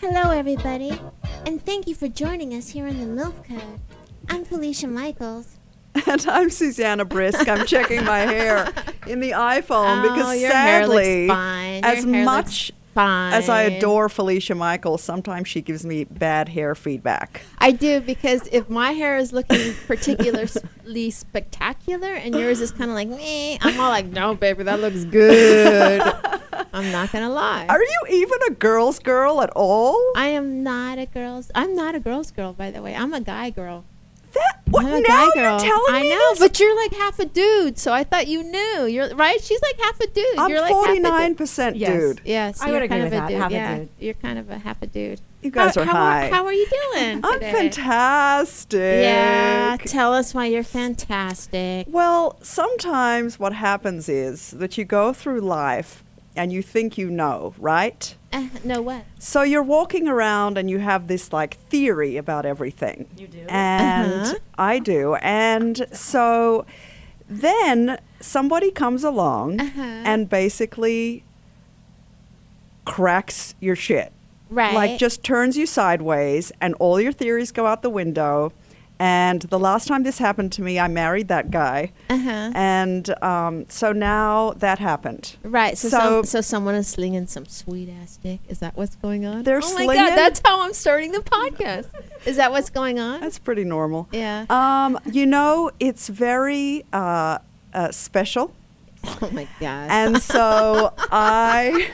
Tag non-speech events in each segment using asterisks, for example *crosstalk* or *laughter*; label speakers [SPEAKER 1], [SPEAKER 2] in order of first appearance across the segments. [SPEAKER 1] Hello, everybody, and thank you for joining us here in the Milk Code. I'm Felicia Michaels.
[SPEAKER 2] *laughs* And I'm Susanna Brisk. I'm checking my hair in the iPhone
[SPEAKER 1] Oh,
[SPEAKER 2] because
[SPEAKER 1] your hair looks
[SPEAKER 2] sadly,
[SPEAKER 1] fine. Your
[SPEAKER 2] as
[SPEAKER 1] hair looks
[SPEAKER 2] much
[SPEAKER 1] fine.
[SPEAKER 2] as I adore Felicia Michaels, sometimes she gives me bad hair feedback.
[SPEAKER 1] I do because if my hair is looking particularly *laughs* spectacular and yours is kind of like me, I'm all like, no, baby, that
[SPEAKER 2] *laughs*
[SPEAKER 1] looks good. I'm not gonna lie.
[SPEAKER 2] Are you even a girl's girl at all?
[SPEAKER 1] I am not a girl's. I'm not a girl's girl, by the way. I'm a guy girl.
[SPEAKER 2] that what
[SPEAKER 1] I'm a
[SPEAKER 2] now
[SPEAKER 1] guy
[SPEAKER 2] you're
[SPEAKER 1] girl.
[SPEAKER 2] telling
[SPEAKER 1] I
[SPEAKER 2] me
[SPEAKER 1] know,
[SPEAKER 2] this?
[SPEAKER 1] but you're like half a dude, so I thought you knew. You're right. She's like half a dude. you're
[SPEAKER 2] I'm
[SPEAKER 1] like half a
[SPEAKER 2] forty
[SPEAKER 1] dude.
[SPEAKER 2] nine percent
[SPEAKER 3] Yes.
[SPEAKER 2] dude.
[SPEAKER 1] Yes,
[SPEAKER 3] I
[SPEAKER 1] you're
[SPEAKER 3] would agree
[SPEAKER 1] kind
[SPEAKER 3] with
[SPEAKER 1] of
[SPEAKER 3] that,
[SPEAKER 1] A dude.
[SPEAKER 3] half a
[SPEAKER 1] yeah,
[SPEAKER 3] dude.
[SPEAKER 1] You're kind of a half a dude.
[SPEAKER 2] You guys
[SPEAKER 1] how,
[SPEAKER 2] are
[SPEAKER 1] how
[SPEAKER 2] high.
[SPEAKER 1] How are you doing?
[SPEAKER 2] I'm
[SPEAKER 1] today?
[SPEAKER 2] fantastic.
[SPEAKER 1] Yeah, tell us why you're fantastic.
[SPEAKER 2] Well, sometimes what happens is that you go through life and you think you know, right?
[SPEAKER 1] Uh, no what?
[SPEAKER 2] So you're walking around and you have this like theory about everything.
[SPEAKER 3] You do?
[SPEAKER 2] And
[SPEAKER 1] Uh-huh.
[SPEAKER 2] I do. And so then somebody comes along
[SPEAKER 1] Uh-huh.
[SPEAKER 2] and basically cracks your shit.
[SPEAKER 1] Right.
[SPEAKER 2] Like just turns you sideways and all your theories go out the window. And the last time this happened to me, I married that guy.
[SPEAKER 1] Uh huh.
[SPEAKER 2] And um, so now that happened.
[SPEAKER 1] Right. So
[SPEAKER 2] so-
[SPEAKER 1] so, so someone is slinging some sweet ass dick. Is that what's going on?
[SPEAKER 2] They're
[SPEAKER 1] oh my
[SPEAKER 2] slinging-
[SPEAKER 1] god, that's how I'm starting the podcast. is that what's going on?
[SPEAKER 2] That's pretty normal.
[SPEAKER 1] yeah.
[SPEAKER 2] Um, you know, it's very uh, uh, special,
[SPEAKER 1] oh my god.
[SPEAKER 2] and so I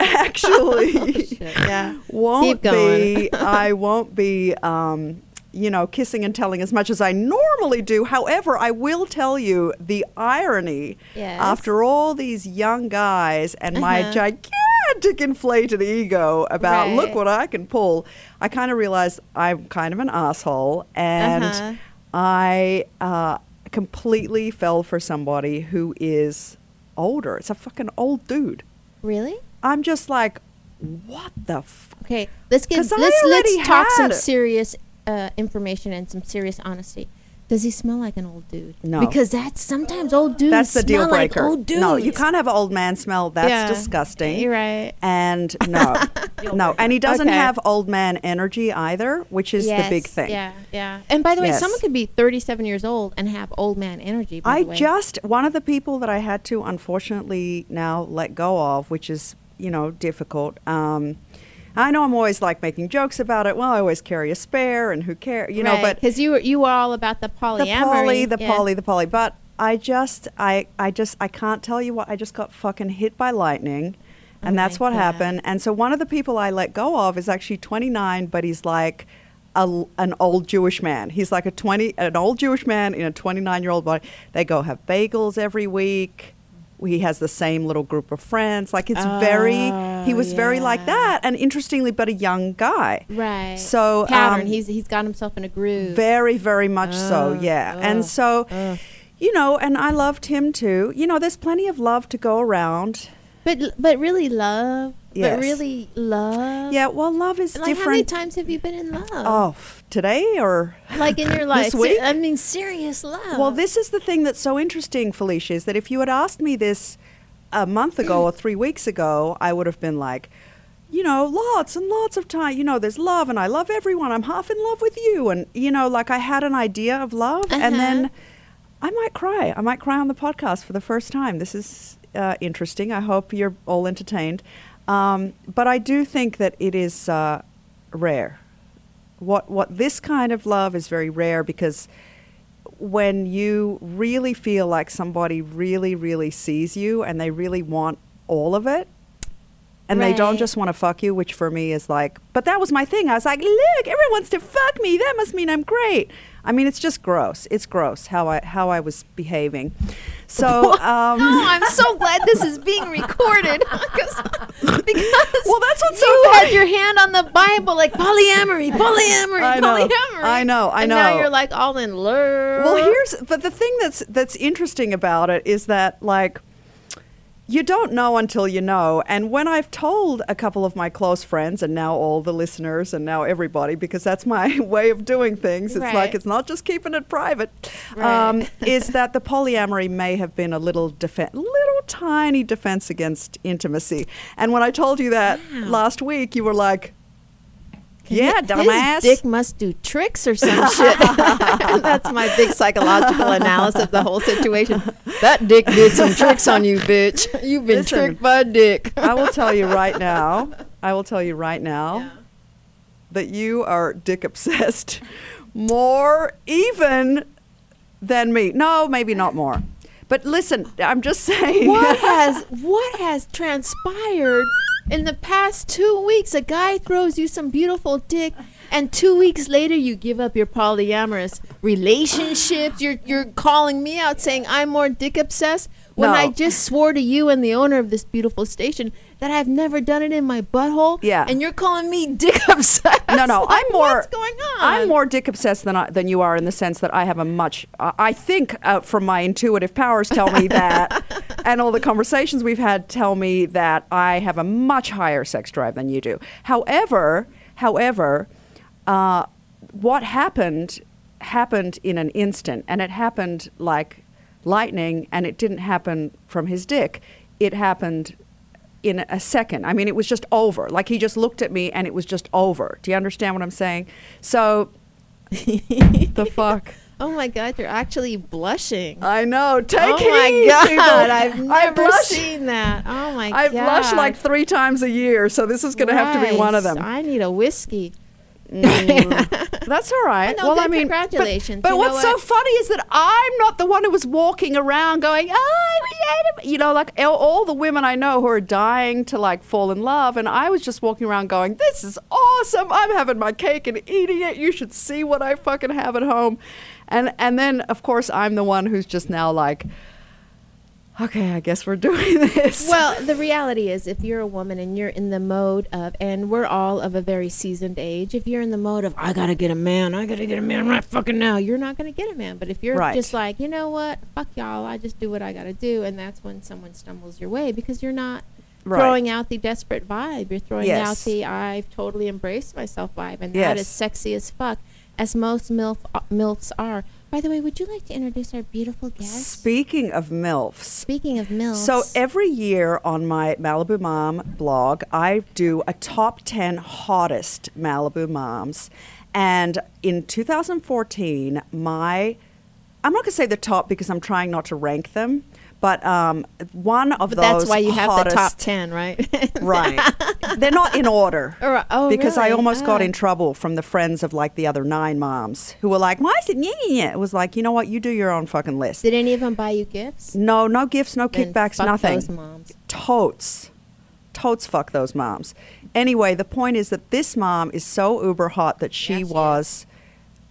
[SPEAKER 2] actually
[SPEAKER 1] Shit, yeah.
[SPEAKER 2] won't
[SPEAKER 1] Keep going. *laughs*
[SPEAKER 2] be. I won't be. Um, you know, kissing and telling as much as I normally do. However, I will tell you the irony.
[SPEAKER 1] Yes.
[SPEAKER 2] After all these young guys and my
[SPEAKER 1] Uh-huh.
[SPEAKER 2] gigantic inflated ego about look
[SPEAKER 1] Right.
[SPEAKER 2] what I can pull, I kind of realized I'm kind of an asshole and
[SPEAKER 1] Uh-huh.
[SPEAKER 2] I uh, completely fell for somebody who is older. It's a fucking old dude.
[SPEAKER 1] Really?
[SPEAKER 2] I'm just like, what the f?
[SPEAKER 1] Okay, let's get
[SPEAKER 2] 'Cause I
[SPEAKER 1] let's
[SPEAKER 2] already
[SPEAKER 1] let's talk some
[SPEAKER 2] had-
[SPEAKER 1] serious uh, information and some serious honesty. Does he smell like an old dude?
[SPEAKER 2] No.
[SPEAKER 1] because that's sometimes old dudes.
[SPEAKER 2] That's the deal
[SPEAKER 1] Mm, smell
[SPEAKER 2] breaker.
[SPEAKER 1] Like old dudes.
[SPEAKER 2] no, you can't have old man smell. That's
[SPEAKER 1] Yeah.
[SPEAKER 2] disgusting.
[SPEAKER 1] You're right. *laughs*
[SPEAKER 2] And no, no, and he doesn't
[SPEAKER 1] Okay.
[SPEAKER 2] have old man energy either, which is the big
[SPEAKER 1] Yes,
[SPEAKER 2] thing.
[SPEAKER 1] Yeah, yeah. And by the way,
[SPEAKER 2] Yes.
[SPEAKER 1] someone could be 37 years old and have old man energy. By
[SPEAKER 2] I
[SPEAKER 1] the way.
[SPEAKER 2] just one of the people that I had to unfortunately now let go of, which is you know difficult. Um, I know I'm always like making jokes about it. Well, I always carry a spare, and who cares, you know? But
[SPEAKER 1] because you were you were all about the
[SPEAKER 2] the
[SPEAKER 1] polyamory,
[SPEAKER 2] poly, the
[SPEAKER 1] yeah.
[SPEAKER 2] poly, the poly. But I just, I, I just, I can't tell you what. I just got fucking hit by lightning, and
[SPEAKER 1] Oh
[SPEAKER 2] that's
[SPEAKER 1] my
[SPEAKER 2] what
[SPEAKER 1] God.
[SPEAKER 2] happened. And so one of the people I let go of is actually 29, but he's like. A, l- an old Jewish man. He's like a twenty, an old Jewish man in a twenty-nine-year-old body. They go have bagels every week. He has the same little group of friends. Like it's very. He
[SPEAKER 1] Oh,
[SPEAKER 2] was very like
[SPEAKER 1] yeah.
[SPEAKER 2] that, and interestingly, but a young guy.
[SPEAKER 1] right?
[SPEAKER 2] So,
[SPEAKER 1] pattern.
[SPEAKER 2] um,
[SPEAKER 1] he's he's got himself in a groove.
[SPEAKER 2] Very, very much so,
[SPEAKER 1] Oh,
[SPEAKER 2] yeah.
[SPEAKER 1] oh,
[SPEAKER 2] and so,
[SPEAKER 1] oh.
[SPEAKER 2] you know, and I loved him too. You know, there's plenty of love to go around.
[SPEAKER 1] but but really love.
[SPEAKER 2] Yes.
[SPEAKER 1] But really love.
[SPEAKER 2] Yeah, well, love is
[SPEAKER 1] Like how many
[SPEAKER 2] different.
[SPEAKER 1] times have you been in love?
[SPEAKER 2] oh, f- today or.
[SPEAKER 1] like in your life.
[SPEAKER 2] This week?
[SPEAKER 1] I mean, serious love.
[SPEAKER 2] Well, this is the thing that's so interesting, Felicia, is that if you had asked me this a month ago or three weeks ago, I would have been like, you know, lots and lots of time. You know, there's love, and I love everyone. I'm half in love with you. And, you know, like I had an idea of love, and
[SPEAKER 1] Uh-huh.
[SPEAKER 2] then I might cry. I might cry on the podcast for the first time. This is uh, interesting. I hope you're all entertained. Um, but I do think that it is uh, rare what what this kind of love is very rare because when you really feel like somebody really really sees you and they really want all of it and they don't
[SPEAKER 1] Right.
[SPEAKER 2] just want to fuck you which for me is like but that was my thing i was like look everyone wants to fuck me that must mean i'm great i mean it's just gross it's gross how i how i was behaving *laughs* so um
[SPEAKER 1] Oh, I'm so glad this is
[SPEAKER 2] *laughs*
[SPEAKER 1] being recorded *laughs* 'Cause- because
[SPEAKER 2] Well, that's what's so
[SPEAKER 1] you
[SPEAKER 2] funny.
[SPEAKER 1] had your hand on the Bible like polyamory, polyamory,
[SPEAKER 2] I know.
[SPEAKER 1] polyamory.
[SPEAKER 2] I know, I
[SPEAKER 1] And now
[SPEAKER 2] know.
[SPEAKER 1] you're like all in love.
[SPEAKER 2] Well, here's but the thing that's that's interesting about it is that like you don't know until you know. And when I've told a couple of my close friends and now all the listeners and now everybody because that's my *laughs* way of doing things. It's like
[SPEAKER 1] Right.
[SPEAKER 2] it's not just keeping it private.
[SPEAKER 1] Right. *laughs*
[SPEAKER 2] Um, is that the polyamory may have been a little defen- little tiny defense against intimacy. And when I told you that
[SPEAKER 1] Wow.
[SPEAKER 2] last week, you were like, yeah,
[SPEAKER 1] His
[SPEAKER 2] dumbass.
[SPEAKER 1] dick must do tricks or some shit. *laughs* That's my big psychological analysis of the whole situation. That dick did some tricks on you, bitch. You've been
[SPEAKER 2] Listen.
[SPEAKER 1] tricked by dick.
[SPEAKER 2] I will tell you right now. I will tell you right now
[SPEAKER 1] Yeah.
[SPEAKER 2] that you are dick obsessed more even than me. No, maybe not more. But listen, I'm just saying.
[SPEAKER 1] what has what has transpired in the past two weeks? A guy throws you some beautiful dick, and two weeks later you give up your polyamorous relationships. You're you're calling me out saying I'm more dick obsessed when
[SPEAKER 2] No.
[SPEAKER 1] I just swore to you and the owner of this beautiful station that I've never done it in my butthole.
[SPEAKER 2] Yeah.
[SPEAKER 1] and you're calling me dick *laughs* obsessed.
[SPEAKER 2] *laughs* No, no, I'm more.
[SPEAKER 1] What's going on?
[SPEAKER 2] I'm more dick obsessed than I, than you are in the sense that I have a much. I I think uh, from my intuitive powers tell me that, and all the conversations we've had tell me that I have a much higher sex drive than you do. However, however, uh, what happened happened in an instant, and it happened like lightning, and it didn't happen from his dick. It happened in a second. I mean, it was just over. Like he just looked at me and it was just over. Do you understand what I'm saying? So, *laughs* the fuck.
[SPEAKER 1] Oh my god, you're actually blushing.
[SPEAKER 2] I know. Take
[SPEAKER 1] oh
[SPEAKER 2] heed,
[SPEAKER 1] my god,
[SPEAKER 2] people.
[SPEAKER 1] I've
[SPEAKER 2] I
[SPEAKER 1] never
[SPEAKER 2] blush.
[SPEAKER 1] seen that. Oh my
[SPEAKER 2] I
[SPEAKER 1] god.
[SPEAKER 2] blush like three times a year, so this is going to have to be one of them.
[SPEAKER 1] I need a whiskey.
[SPEAKER 2] That's all right.
[SPEAKER 1] no,
[SPEAKER 2] well,
[SPEAKER 1] good.
[SPEAKER 2] I mean, but-
[SPEAKER 1] Congratulations.
[SPEAKER 2] But,
[SPEAKER 1] You know
[SPEAKER 2] what's so
[SPEAKER 1] what?
[SPEAKER 2] funny is that I'm not the one who was walking around going, "Oh, we did it." You know, like all- all the women I know who are dying to like fall in love, and I was just walking around going, "This is awesome! I'm having my cake and eating it. You should see what I fucking have at home." And and then of course I'm the one who's just now like, "Okay, I guess we're doing *laughs* this."
[SPEAKER 1] Well, the reality is, if you're a woman and you're in the mode of, and we're all of a very seasoned age, if you're in the mode of, I gotta get a man, I gotta get a man right fucking now, you're not gonna get a man. But if you're
[SPEAKER 2] Right.
[SPEAKER 1] just like, you know what, fuck y'all, I just do what I gotta do, and that's when someone stumbles your way because you're not
[SPEAKER 2] Right.
[SPEAKER 1] throwing out the desperate vibe. You're throwing out
[SPEAKER 2] Yes.
[SPEAKER 1] the I've totally embraced myself vibe, and that
[SPEAKER 2] Yes.
[SPEAKER 1] is sexy as fuck, as most milf uh, milfs are. By the way, would you like to introduce our beautiful guest?
[SPEAKER 2] Speaking of milfs,
[SPEAKER 1] Speaking of milfs,
[SPEAKER 2] So every year on my Malibu Mom blog, I do a top 10 hottest Malibu moms. And in 2014, my, I'm not going to say the top because I'm trying not to rank them, but um, one of
[SPEAKER 1] But
[SPEAKER 2] those
[SPEAKER 1] that's why you have the top
[SPEAKER 2] hottest-
[SPEAKER 1] 10, right?
[SPEAKER 2] right. They're not in order.
[SPEAKER 1] Or- oh,
[SPEAKER 2] because I
[SPEAKER 1] really?
[SPEAKER 2] almost got
[SPEAKER 1] Ah.
[SPEAKER 2] in trouble from the friends of like the other nine moms who were like, why is it yeah, yeah, yeah?" It was like, you know what? You do your own fucking list.
[SPEAKER 1] *laughs* Did any of them buy you gifts?
[SPEAKER 2] No, no gifts, no
[SPEAKER 1] Then
[SPEAKER 2] kickbacks,
[SPEAKER 1] fuck
[SPEAKER 2] nothing.
[SPEAKER 1] those moms.
[SPEAKER 2] Totes. Totes fuck those moms. Anyway, the point is that this mom is so uber hot that she
[SPEAKER 1] Yeah, she is.
[SPEAKER 2] was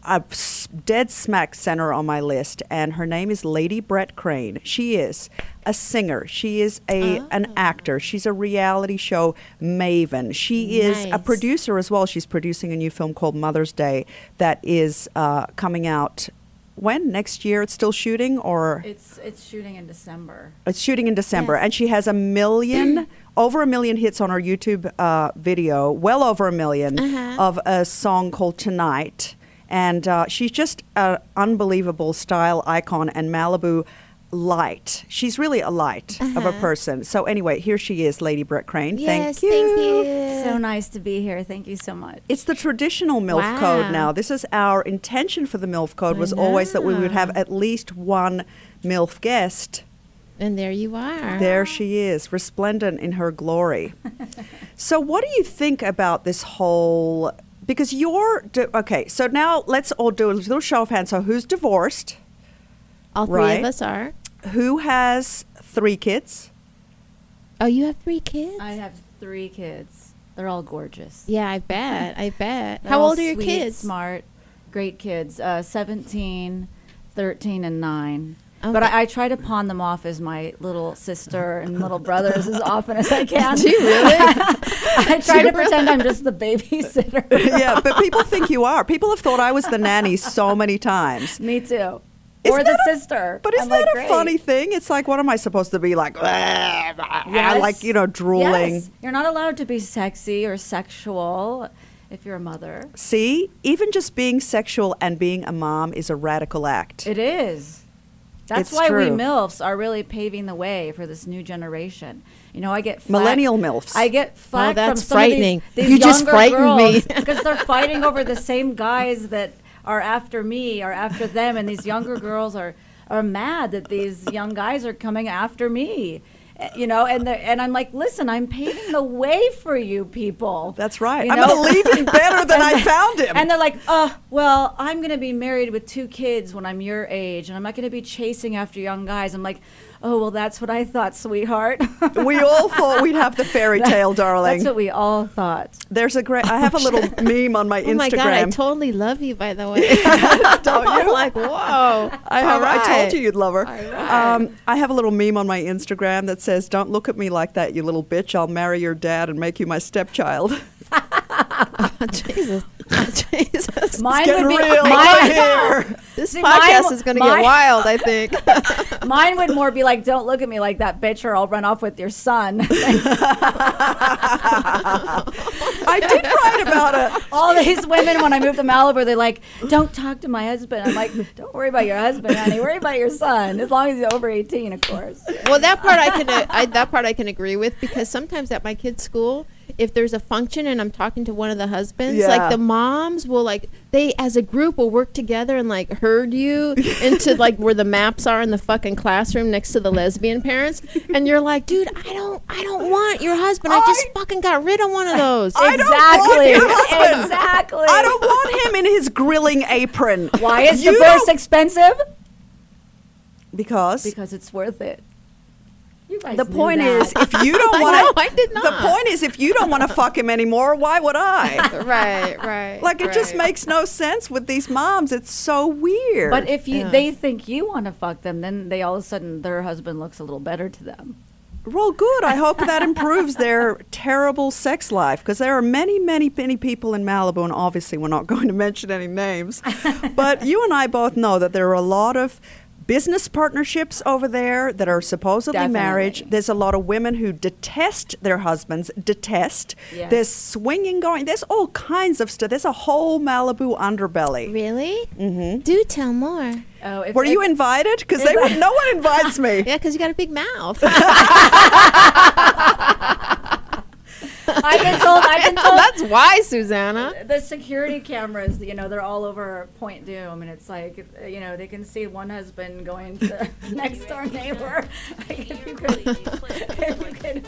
[SPEAKER 2] a s- dead smack center on my list, and her name is Lady Brett Crane. She is a singer. She is a
[SPEAKER 1] Oh.
[SPEAKER 2] an actor. She's a reality show maven. She is a
[SPEAKER 1] Nice.
[SPEAKER 2] producer as well. She's producing a new film called Mother's Day that is uh, coming out when next year. It's still shooting or
[SPEAKER 3] It's it's shooting in December.
[SPEAKER 2] it's shooting in December,
[SPEAKER 3] Yes.
[SPEAKER 2] and she has a
[SPEAKER 1] *clears throat*
[SPEAKER 2] million, over a million hits on her YouTube uh, video, well over a 1000000
[SPEAKER 1] Uh-huh.
[SPEAKER 2] of a song called Tonight. And uh, she's just an unbelievable style icon and Malibu light. She's really a light of a person. So, anyway, here she is, Lady Brett Crane.
[SPEAKER 1] Uh-huh. yes,
[SPEAKER 2] thank you.
[SPEAKER 1] thank you.
[SPEAKER 3] So nice to be here. Thank you so much.
[SPEAKER 2] It's the traditional MILF code
[SPEAKER 1] Wow.
[SPEAKER 2] now. This is our intention for the MILF code was always that we would have at least one MILF guest.
[SPEAKER 1] and there you are.
[SPEAKER 3] Ah.
[SPEAKER 2] There she is, resplendent in her
[SPEAKER 3] *laughs*
[SPEAKER 2] glory. so, what do you think about this whole? Because you're di- okay. So now let's all do a little show of hands. So, who's divorced?
[SPEAKER 1] All three
[SPEAKER 2] right.
[SPEAKER 1] of us are.
[SPEAKER 2] Who has three
[SPEAKER 3] *laughs*
[SPEAKER 2] kids?
[SPEAKER 1] Oh, you have three kids?
[SPEAKER 3] I have three kids. They're all gorgeous.
[SPEAKER 1] yeah, I bet. I bet.
[SPEAKER 3] They're
[SPEAKER 1] How
[SPEAKER 3] all
[SPEAKER 1] old are your
[SPEAKER 3] sweet,
[SPEAKER 1] kids?
[SPEAKER 3] Smart, great kids. Uh, 17, 13, and 9. But
[SPEAKER 1] Okay.
[SPEAKER 3] I, I try to pawn them off as my little sister and little brothers as often
[SPEAKER 1] *laughs*
[SPEAKER 3] as I can.
[SPEAKER 1] Do you really? *laughs*
[SPEAKER 3] *laughs* I try to pretend I'm just the babysitter.
[SPEAKER 2] yeah, *laughs* but people think you are. People have thought I was the nanny so many times.
[SPEAKER 3] Me too.
[SPEAKER 2] Is
[SPEAKER 3] or the
[SPEAKER 2] that a-
[SPEAKER 3] sister.
[SPEAKER 2] But is
[SPEAKER 3] I'm
[SPEAKER 2] that
[SPEAKER 3] like,
[SPEAKER 2] a
[SPEAKER 3] Oh, "Great."
[SPEAKER 2] funny thing? It's like, what am I supposed to be like?
[SPEAKER 3] Yes.
[SPEAKER 2] Like you know, drooling.
[SPEAKER 3] Yes. You're not allowed to be sexy or sexual if you're a mother.
[SPEAKER 2] See, even just being sexual and being a mom is a radical act.
[SPEAKER 3] It is. That's
[SPEAKER 2] It's
[SPEAKER 3] why we
[SPEAKER 2] true.
[SPEAKER 3] MILFs are really paving the way for this new generation. You know, I get flack,
[SPEAKER 2] Millennial MILFs. Oh,
[SPEAKER 3] I get flack from
[SPEAKER 1] that's
[SPEAKER 3] some of these-
[SPEAKER 1] frightening.
[SPEAKER 3] These,
[SPEAKER 1] You just frightened me.
[SPEAKER 2] *laughs*
[SPEAKER 3] because they're fighting over the same guys that are after me or after them, and these younger girls are are mad that these young guys are coming after me. Eh, You know, and they're- and I'm like, listen, I'm paving the way for you people.
[SPEAKER 2] That's right.
[SPEAKER 3] You
[SPEAKER 2] I'm
[SPEAKER 3] know?
[SPEAKER 2] going to leave him better than I found him.
[SPEAKER 3] *laughs* And they're like, oh, well, I'm going to be married with two kids when I'm your age, and I'm not going to be chasing after young guys. I'm like, oh, well, that's what I thought, sweetheart.
[SPEAKER 2] we
[SPEAKER 3] *laughs*
[SPEAKER 2] all thought we'd have the fairy tale, darling.
[SPEAKER 3] that's Oh what we all thought.
[SPEAKER 2] There's a great. I have a little meme on my
[SPEAKER 1] Oh
[SPEAKER 2] Instagram.
[SPEAKER 1] my god, I totally love you by the way.
[SPEAKER 2] *laughs*
[SPEAKER 1] *laughs*
[SPEAKER 2] Don't
[SPEAKER 1] I'm
[SPEAKER 2] you?
[SPEAKER 1] like, *laughs* whoa.
[SPEAKER 2] I, have, I told
[SPEAKER 1] Alright.
[SPEAKER 2] you you'd love her.
[SPEAKER 1] right.
[SPEAKER 2] Um, I have a little meme on my Instagram that says, "Don't look at me like that, you little bitch. I'll marry your dad and make you my stepchild." *laughs*
[SPEAKER 1] Oh, Jesus. Oh, *laughs* Jesus.
[SPEAKER 3] Mine
[SPEAKER 2] Get
[SPEAKER 3] would be
[SPEAKER 2] real
[SPEAKER 3] mine, *laughs*
[SPEAKER 2] here. *laughs*
[SPEAKER 1] This
[SPEAKER 3] See, mine
[SPEAKER 1] podcast
[SPEAKER 3] wa-
[SPEAKER 1] is going to
[SPEAKER 3] mine-
[SPEAKER 1] get wild, I think.
[SPEAKER 3] mine would more be like, don't look at me like that, bitch, or I'll run off with your son. *laughs*
[SPEAKER 2] I did write about it.
[SPEAKER 3] all these women, when I moved to Malibu, they're like, don't talk to my husband. I'm like, don't worry about your husband, honey. Worry about your son, as long as he's over 18, of course.
[SPEAKER 1] well, that part I can uh, I, that part I can agree with because sometimes at my kids' school, if there's a function and I'm talking to one of the husbands,
[SPEAKER 2] Yeah.
[SPEAKER 1] like the moms will like they as a group will work together and like
[SPEAKER 2] *laughs*
[SPEAKER 1] herd you into like where the maps are in the fucking classroom next to the lesbian parents, and you're like, dude, I don't I don't want your husband. I, just
[SPEAKER 2] I-
[SPEAKER 1] fucking got rid of one of those.
[SPEAKER 2] I don't want
[SPEAKER 3] exactly.
[SPEAKER 2] your husband.
[SPEAKER 3] Exactly.
[SPEAKER 2] I don't want him in his grilling apron.
[SPEAKER 3] Why is
[SPEAKER 2] You
[SPEAKER 3] divorce
[SPEAKER 2] don't-
[SPEAKER 3] expensive?
[SPEAKER 2] Because,
[SPEAKER 3] Because it's worth it. You guys
[SPEAKER 2] the
[SPEAKER 3] knew
[SPEAKER 2] point
[SPEAKER 3] that.
[SPEAKER 2] is, if you don't
[SPEAKER 1] I
[SPEAKER 2] want
[SPEAKER 1] know, I did
[SPEAKER 2] The
[SPEAKER 1] not.
[SPEAKER 2] point is, if you don't want to fuck him anymore, why would I?
[SPEAKER 1] right, right.
[SPEAKER 2] Like it just
[SPEAKER 1] right.
[SPEAKER 2] makes no sense with these moms. It's so weird.
[SPEAKER 3] *laughs* but if you
[SPEAKER 1] Yeah.
[SPEAKER 3] they think you want to fuck them, then they all of a sudden their husband looks a little better to them.
[SPEAKER 2] Well, good. I hope that improves their terrible sex life because there are many, many, many people in Malibu, and obviously we're not *laughs* going to mention any
[SPEAKER 3] *laughs*
[SPEAKER 2] names. but you and I both know that there are a lot of business partnerships over there that are supposedly
[SPEAKER 3] Definitely.
[SPEAKER 2] marriage. There's a lot of women who detest their husbands, detest.
[SPEAKER 3] Yes.
[SPEAKER 2] There's swinging going. There's all kinds of stuff. There's a whole Malibu underbelly.
[SPEAKER 1] Really? Mm-hmm. Do tell more.
[SPEAKER 3] Oh, if,
[SPEAKER 2] Were you invited? Because they would, no one invites
[SPEAKER 3] *laughs*
[SPEAKER 2] me.
[SPEAKER 1] Yeah, because you got a
[SPEAKER 2] *laughs*
[SPEAKER 1] big mouth.
[SPEAKER 3] I've been told. I've been told.
[SPEAKER 1] That's why, Susanna.
[SPEAKER 3] the security cameras, you know, they're all over Point Doom, and it's like, uh, you know, they can see one husband going to *laughs* next door neighbor. *laughs* Like, if you could, if you could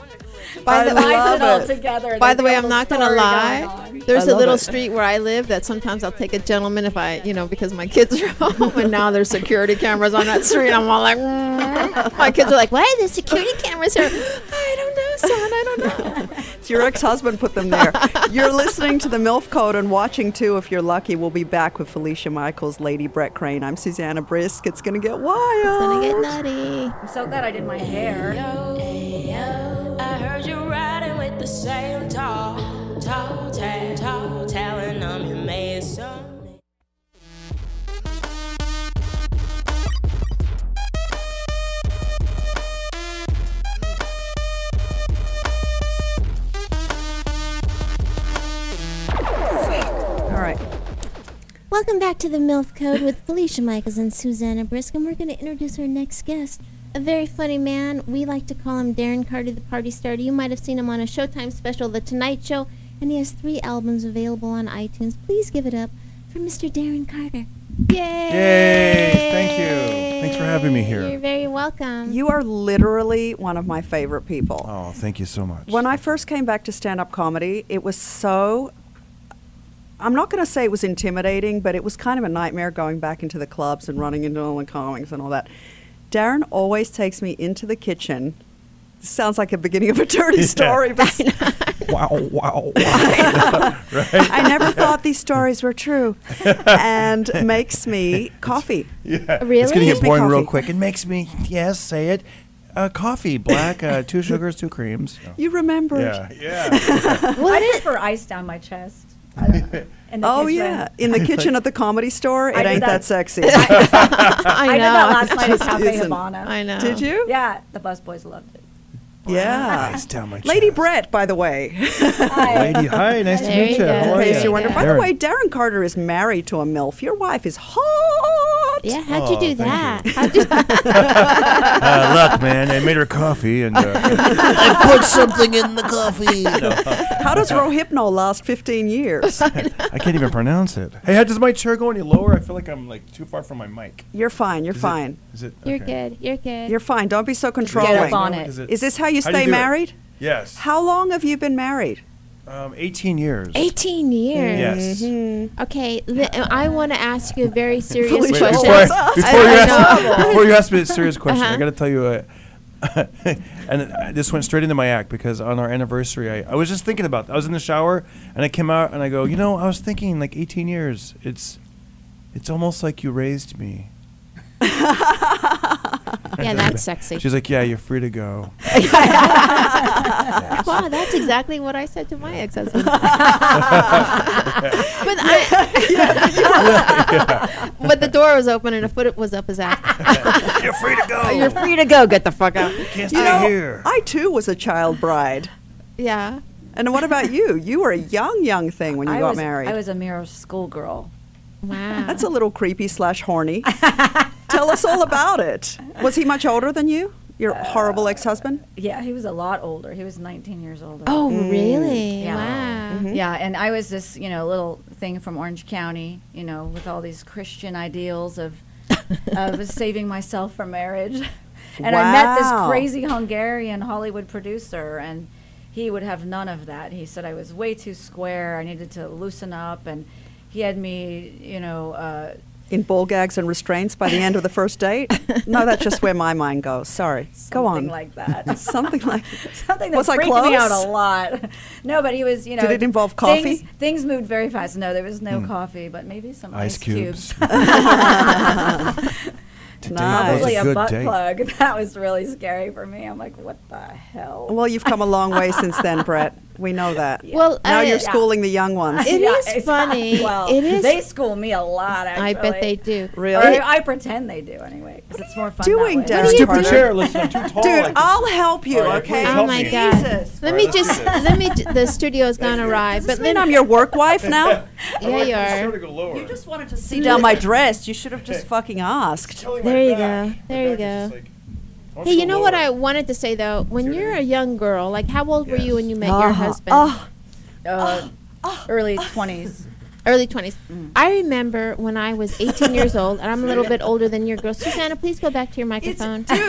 [SPEAKER 2] I
[SPEAKER 3] eyes
[SPEAKER 2] love
[SPEAKER 3] it all
[SPEAKER 2] it.
[SPEAKER 3] together.
[SPEAKER 1] By
[SPEAKER 3] there'd
[SPEAKER 1] the
[SPEAKER 3] be
[SPEAKER 1] way,
[SPEAKER 3] a
[SPEAKER 1] I'm
[SPEAKER 3] little
[SPEAKER 1] not gonna
[SPEAKER 3] story going
[SPEAKER 1] lie.
[SPEAKER 3] on.
[SPEAKER 1] There's
[SPEAKER 2] I
[SPEAKER 1] a
[SPEAKER 2] love
[SPEAKER 1] little
[SPEAKER 2] it.
[SPEAKER 1] street where I live that sometimes I'll take a gentleman if I, you know, because my kids
[SPEAKER 2] *laughs*
[SPEAKER 1] are home, and now there's security cameras on that street. I'm all like, mm. my kids are like, why are the security cameras here? I don't know, son. I don't know.
[SPEAKER 2] It's your ex-husband put them there. You're listening to the MILF Code and watching too if you're lucky. We'll be back with Felicia Michaels, Lady Brett Crane. I'm Susanna Brisk. It's gonna get wild.
[SPEAKER 1] Gonna get nutty.
[SPEAKER 3] I'm so glad I did my hair.
[SPEAKER 4] I heard you riding with the same tall, tall, tall, tall, talent. I'm your man, son.
[SPEAKER 2] All right.
[SPEAKER 5] Welcome back to the MILF Code with Felicia Michaels and Susanna Brisk, and we're going to introduce our next guest. A very funny man. We like to call him Darren Carter, the party starter. You might have seen him on a Showtime special, The Tonight Show, and he has three albums available on iTunes. Please give it up for Mr. Darren Carter.
[SPEAKER 1] Yay!
[SPEAKER 6] thank you. Thanks for having me here.
[SPEAKER 5] You're very welcome.
[SPEAKER 2] You are literally one of my favorite people.
[SPEAKER 6] Oh, thank you so much.
[SPEAKER 2] When I first came back to stand up comedy, it was so. I'm not going to say it was intimidating, but it was kind of a nightmare going back into the clubs and running into all the comics and all that. Darren always takes me into the kitchen. Sounds like the beginning of a dirty
[SPEAKER 6] Yeah.
[SPEAKER 2] story, but
[SPEAKER 6] *laughs* wow,
[SPEAKER 2] *laughs*
[SPEAKER 6] wow, wow. right?
[SPEAKER 2] I never thought
[SPEAKER 6] *laughs*
[SPEAKER 2] these stories were true, and makes me
[SPEAKER 6] *laughs*
[SPEAKER 2] coffee.
[SPEAKER 5] really?
[SPEAKER 6] It's going to get
[SPEAKER 2] me
[SPEAKER 6] boring real
[SPEAKER 2] coffee.
[SPEAKER 6] quick. It makes me, yes, say it. Uh, coffee, black, uh,
[SPEAKER 2] *laughs*
[SPEAKER 6] two sugars, two creams.
[SPEAKER 2] You remember?
[SPEAKER 6] Yeah, yeah.
[SPEAKER 2] *laughs*
[SPEAKER 3] I did for ice down my
[SPEAKER 6] *laughs*
[SPEAKER 3] chest. I don't know. In the
[SPEAKER 2] Oh
[SPEAKER 3] kitchen.
[SPEAKER 2] yeah, in the kitchen at the comedy store. It
[SPEAKER 3] I did
[SPEAKER 2] ain't
[SPEAKER 3] that-
[SPEAKER 2] that
[SPEAKER 3] *laughs*
[SPEAKER 2] sexy.
[SPEAKER 1] *laughs* I know.
[SPEAKER 3] I did that last night at
[SPEAKER 1] *laughs*
[SPEAKER 3] Cafe
[SPEAKER 2] isn't.
[SPEAKER 3] Habana.
[SPEAKER 1] I know.
[SPEAKER 2] Did you?
[SPEAKER 3] Yeah, the busboys loved
[SPEAKER 6] *laughs*
[SPEAKER 3] it.
[SPEAKER 2] Yeah.
[SPEAKER 3] *laughs*
[SPEAKER 6] Ice Ah, down my
[SPEAKER 2] Lady
[SPEAKER 6] chest.
[SPEAKER 2] Brett, by the way.
[SPEAKER 3] Hi.
[SPEAKER 6] Lady, hi, nice
[SPEAKER 1] There
[SPEAKER 6] to meet
[SPEAKER 1] you go.
[SPEAKER 3] Oh,
[SPEAKER 6] you. How
[SPEAKER 2] In
[SPEAKER 6] are
[SPEAKER 1] Okay,
[SPEAKER 2] case
[SPEAKER 1] so
[SPEAKER 6] ya?
[SPEAKER 2] you wonder. By the
[SPEAKER 6] Darren.
[SPEAKER 2] way, Darren Carter is married to a MILF. Your wife is hot.
[SPEAKER 6] out.
[SPEAKER 5] Yeah, how'd
[SPEAKER 6] Oh,
[SPEAKER 5] you do
[SPEAKER 6] thank *laughs*
[SPEAKER 5] that? How'd you
[SPEAKER 6] *laughs* uh, luck, man. I made her coffee and uh, *laughs* I put something in the coffee.
[SPEAKER 2] How
[SPEAKER 6] *laughs*
[SPEAKER 2] does Rohypnol last 15 years?
[SPEAKER 6] I can't even pronounce it. Hey, how does my chair go any lower? I feel like I'm like too far from my mic.
[SPEAKER 2] You're fine. You're
[SPEAKER 6] Is it-
[SPEAKER 2] fine.
[SPEAKER 6] Is it?
[SPEAKER 5] *laughs* You're
[SPEAKER 6] okay.
[SPEAKER 5] good. You're good.
[SPEAKER 2] You're fine. Don't be so
[SPEAKER 3] Get up
[SPEAKER 2] controlling.
[SPEAKER 3] on it.
[SPEAKER 6] Is it?
[SPEAKER 2] Is this how you
[SPEAKER 6] How do
[SPEAKER 2] stay
[SPEAKER 6] you do it?
[SPEAKER 2] married?
[SPEAKER 6] Yes.
[SPEAKER 2] How long have you been married?
[SPEAKER 6] Um, 18 years.
[SPEAKER 5] 18 years.
[SPEAKER 6] Yes.
[SPEAKER 2] Hmm.
[SPEAKER 5] Okay, li- I want to ask you a
[SPEAKER 2] *laughs*
[SPEAKER 5] very *laughs* serious
[SPEAKER 2] Felicia,
[SPEAKER 6] Wait,
[SPEAKER 5] question.
[SPEAKER 6] before, I, before,
[SPEAKER 5] I
[SPEAKER 6] you ask me, *laughs* before you ask me a serious question,
[SPEAKER 5] Uh-huh.
[SPEAKER 6] I got to tell you, uh, *laughs* and uh, this went straight into my act because on our anniversary, I, I was just thinking about. I was in the shower and I came out and I go, you know, I was thinking like 18 years. It's, it's almost like you raised me.
[SPEAKER 5] yeah,
[SPEAKER 6] *laughs*
[SPEAKER 5] that's sexy.
[SPEAKER 6] She's like, yeah, you're free to go. *laughs*
[SPEAKER 5] Wow, that's exactly what I said to my ex-husband. but I,
[SPEAKER 1] *laughs*
[SPEAKER 5] but the door was open and a foot was up his ass.
[SPEAKER 6] *laughs* you're free to go.
[SPEAKER 1] You're free to go. Get the fuck out.
[SPEAKER 6] Can't
[SPEAKER 2] You
[SPEAKER 6] stay
[SPEAKER 2] know,
[SPEAKER 6] here.
[SPEAKER 2] I too was a child bride.
[SPEAKER 5] Yeah.
[SPEAKER 2] And what about you? You were a young, young thing when you
[SPEAKER 3] I
[SPEAKER 2] got
[SPEAKER 3] was,
[SPEAKER 2] married.
[SPEAKER 3] I was a mere schoolgirl.
[SPEAKER 5] Wow.
[SPEAKER 2] That's a little creepy slash
[SPEAKER 3] *laughs*
[SPEAKER 2] horny. Tell us all about it. Was he much older than you? Your horrible ex-husband?
[SPEAKER 3] Yeah, he was a lot older. He was 19 years older.
[SPEAKER 5] oh, really?
[SPEAKER 3] Yeah.
[SPEAKER 5] Wow.
[SPEAKER 2] Mm-hmm.
[SPEAKER 6] Mm-hmm.
[SPEAKER 3] Yeah, and I was this, you know, little thing from Orange County, you know, with all these Christian ideals of
[SPEAKER 5] *laughs*
[SPEAKER 3] of saving myself for
[SPEAKER 2] *laughs*
[SPEAKER 3] marriage. And I met
[SPEAKER 2] Wow.
[SPEAKER 3] this crazy Hungarian Hollywood producer and he would have none of that. He said I was way too square. I needed to loosen up and he had me, you know, uh,
[SPEAKER 2] In ball gags and restraints by the end of the first date? No, that's just where my mind goes. Sorry. Go on.
[SPEAKER 3] something
[SPEAKER 2] *laughs*
[SPEAKER 3] like that.
[SPEAKER 2] Something like
[SPEAKER 3] *laughs* something that
[SPEAKER 2] Was I
[SPEAKER 3] freaked me out
[SPEAKER 2] close?
[SPEAKER 3] a lot. No, but he was, you know.
[SPEAKER 2] it involve
[SPEAKER 3] things-
[SPEAKER 2] coffee?
[SPEAKER 3] Things, moved very fast. No, there was no coffee, but maybe some ice,
[SPEAKER 6] Ice cubes.
[SPEAKER 3] *laughs*
[SPEAKER 2] *laughs*
[SPEAKER 6] Today
[SPEAKER 2] Nice.
[SPEAKER 3] Probably Ah, a,
[SPEAKER 6] was a good
[SPEAKER 3] butt
[SPEAKER 6] day.
[SPEAKER 3] plug. *laughs* That was really scary for me. I'm like, what the hell?
[SPEAKER 2] Well, you've
[SPEAKER 3] *laughs*
[SPEAKER 2] come a long way since then, Brett. We know that.
[SPEAKER 5] Well,
[SPEAKER 2] now
[SPEAKER 5] I-
[SPEAKER 2] you're schooling the young ones.
[SPEAKER 5] It is
[SPEAKER 3] it's-
[SPEAKER 5] funny.
[SPEAKER 3] *laughs* Well,
[SPEAKER 5] It is-
[SPEAKER 3] They school me a lot. Actually,
[SPEAKER 5] I bet they do.
[SPEAKER 3] Or
[SPEAKER 5] Oh,
[SPEAKER 2] Really?
[SPEAKER 3] I pretend they do anyway, because it's more fun.
[SPEAKER 2] doing,
[SPEAKER 3] that way.
[SPEAKER 2] Darren?
[SPEAKER 6] Stupid
[SPEAKER 2] Carter.
[SPEAKER 6] chair. Listen, I'm too tall.
[SPEAKER 2] Dude,
[SPEAKER 6] I can-
[SPEAKER 2] I'll help you,
[SPEAKER 6] All right,
[SPEAKER 2] okay?
[SPEAKER 6] please
[SPEAKER 5] Oh
[SPEAKER 6] help
[SPEAKER 5] my
[SPEAKER 6] me.
[SPEAKER 5] God. Let
[SPEAKER 6] All
[SPEAKER 5] me
[SPEAKER 6] right, let's
[SPEAKER 5] just
[SPEAKER 6] do this.
[SPEAKER 5] let me. j- The studio's gone awry,
[SPEAKER 2] Does
[SPEAKER 5] but
[SPEAKER 2] this mean
[SPEAKER 5] let,
[SPEAKER 2] I'm your work wife
[SPEAKER 5] *laughs*
[SPEAKER 2] now?
[SPEAKER 5] yeah, you
[SPEAKER 6] I
[SPEAKER 5] are.
[SPEAKER 6] to go lower.
[SPEAKER 2] You just wanted to see down *laughs* my dress. You should have just fucking asked.
[SPEAKER 6] Telling my
[SPEAKER 5] There you
[SPEAKER 6] back.
[SPEAKER 5] go.
[SPEAKER 6] My
[SPEAKER 5] There you
[SPEAKER 6] back is
[SPEAKER 5] go.
[SPEAKER 6] just like, I want
[SPEAKER 5] Hey,
[SPEAKER 6] to
[SPEAKER 5] you
[SPEAKER 6] go
[SPEAKER 5] know what
[SPEAKER 6] lower.
[SPEAKER 5] I wanted to say though? When
[SPEAKER 6] Sure.
[SPEAKER 5] you're a young girl, like how old were you when you met your
[SPEAKER 2] Uh-huh.
[SPEAKER 5] husband?
[SPEAKER 2] Oh,
[SPEAKER 3] Uh, early 20s.
[SPEAKER 5] early 20s.
[SPEAKER 2] Mm.
[SPEAKER 5] I remember when I was 18 years old, and I'm a little bit older than your girl. Susanna, please go back to your microphone. *laughs* just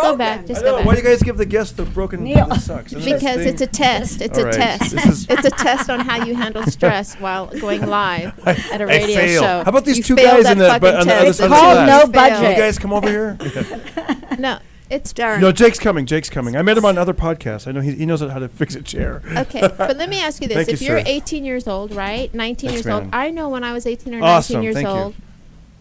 [SPEAKER 5] go back.
[SPEAKER 6] I
[SPEAKER 5] Just
[SPEAKER 6] know.
[SPEAKER 5] go
[SPEAKER 6] Why do
[SPEAKER 5] back.
[SPEAKER 6] you guys give the guests the broken?
[SPEAKER 3] Neil.
[SPEAKER 6] This sucks. And this
[SPEAKER 5] Because
[SPEAKER 6] thing-
[SPEAKER 5] it's a test. It's
[SPEAKER 6] All
[SPEAKER 5] a
[SPEAKER 6] right.
[SPEAKER 5] test.
[SPEAKER 6] This is-
[SPEAKER 5] *laughs* It's a test on how you handle stress while going live at a
[SPEAKER 6] *laughs* I
[SPEAKER 5] radio
[SPEAKER 6] fail.
[SPEAKER 5] show.
[SPEAKER 6] How about these
[SPEAKER 5] You
[SPEAKER 6] two
[SPEAKER 5] failed
[SPEAKER 6] guys
[SPEAKER 5] that
[SPEAKER 6] in the- but
[SPEAKER 5] fucking
[SPEAKER 6] on the
[SPEAKER 5] test.
[SPEAKER 6] other
[SPEAKER 5] It's
[SPEAKER 6] side of the
[SPEAKER 5] called
[SPEAKER 6] glass?
[SPEAKER 5] no
[SPEAKER 6] You
[SPEAKER 5] budget.
[SPEAKER 6] you guys come over here.
[SPEAKER 5] No, it's
[SPEAKER 2] Darren.
[SPEAKER 6] no, Jake's coming. Jake's coming. I met him on another podcast. I know he, he knows how to *laughs* fix a chair.
[SPEAKER 5] Okay, but let me
[SPEAKER 6] *laughs*
[SPEAKER 5] ask you this:
[SPEAKER 6] Thank you,
[SPEAKER 5] If you, are
[SPEAKER 6] sir.
[SPEAKER 5] 18 years old, right, 19
[SPEAKER 6] Thanks,
[SPEAKER 5] years old,
[SPEAKER 6] ma'am.
[SPEAKER 5] I know when I was 18 or 19
[SPEAKER 6] Awesome,
[SPEAKER 5] years
[SPEAKER 6] thank you.
[SPEAKER 5] old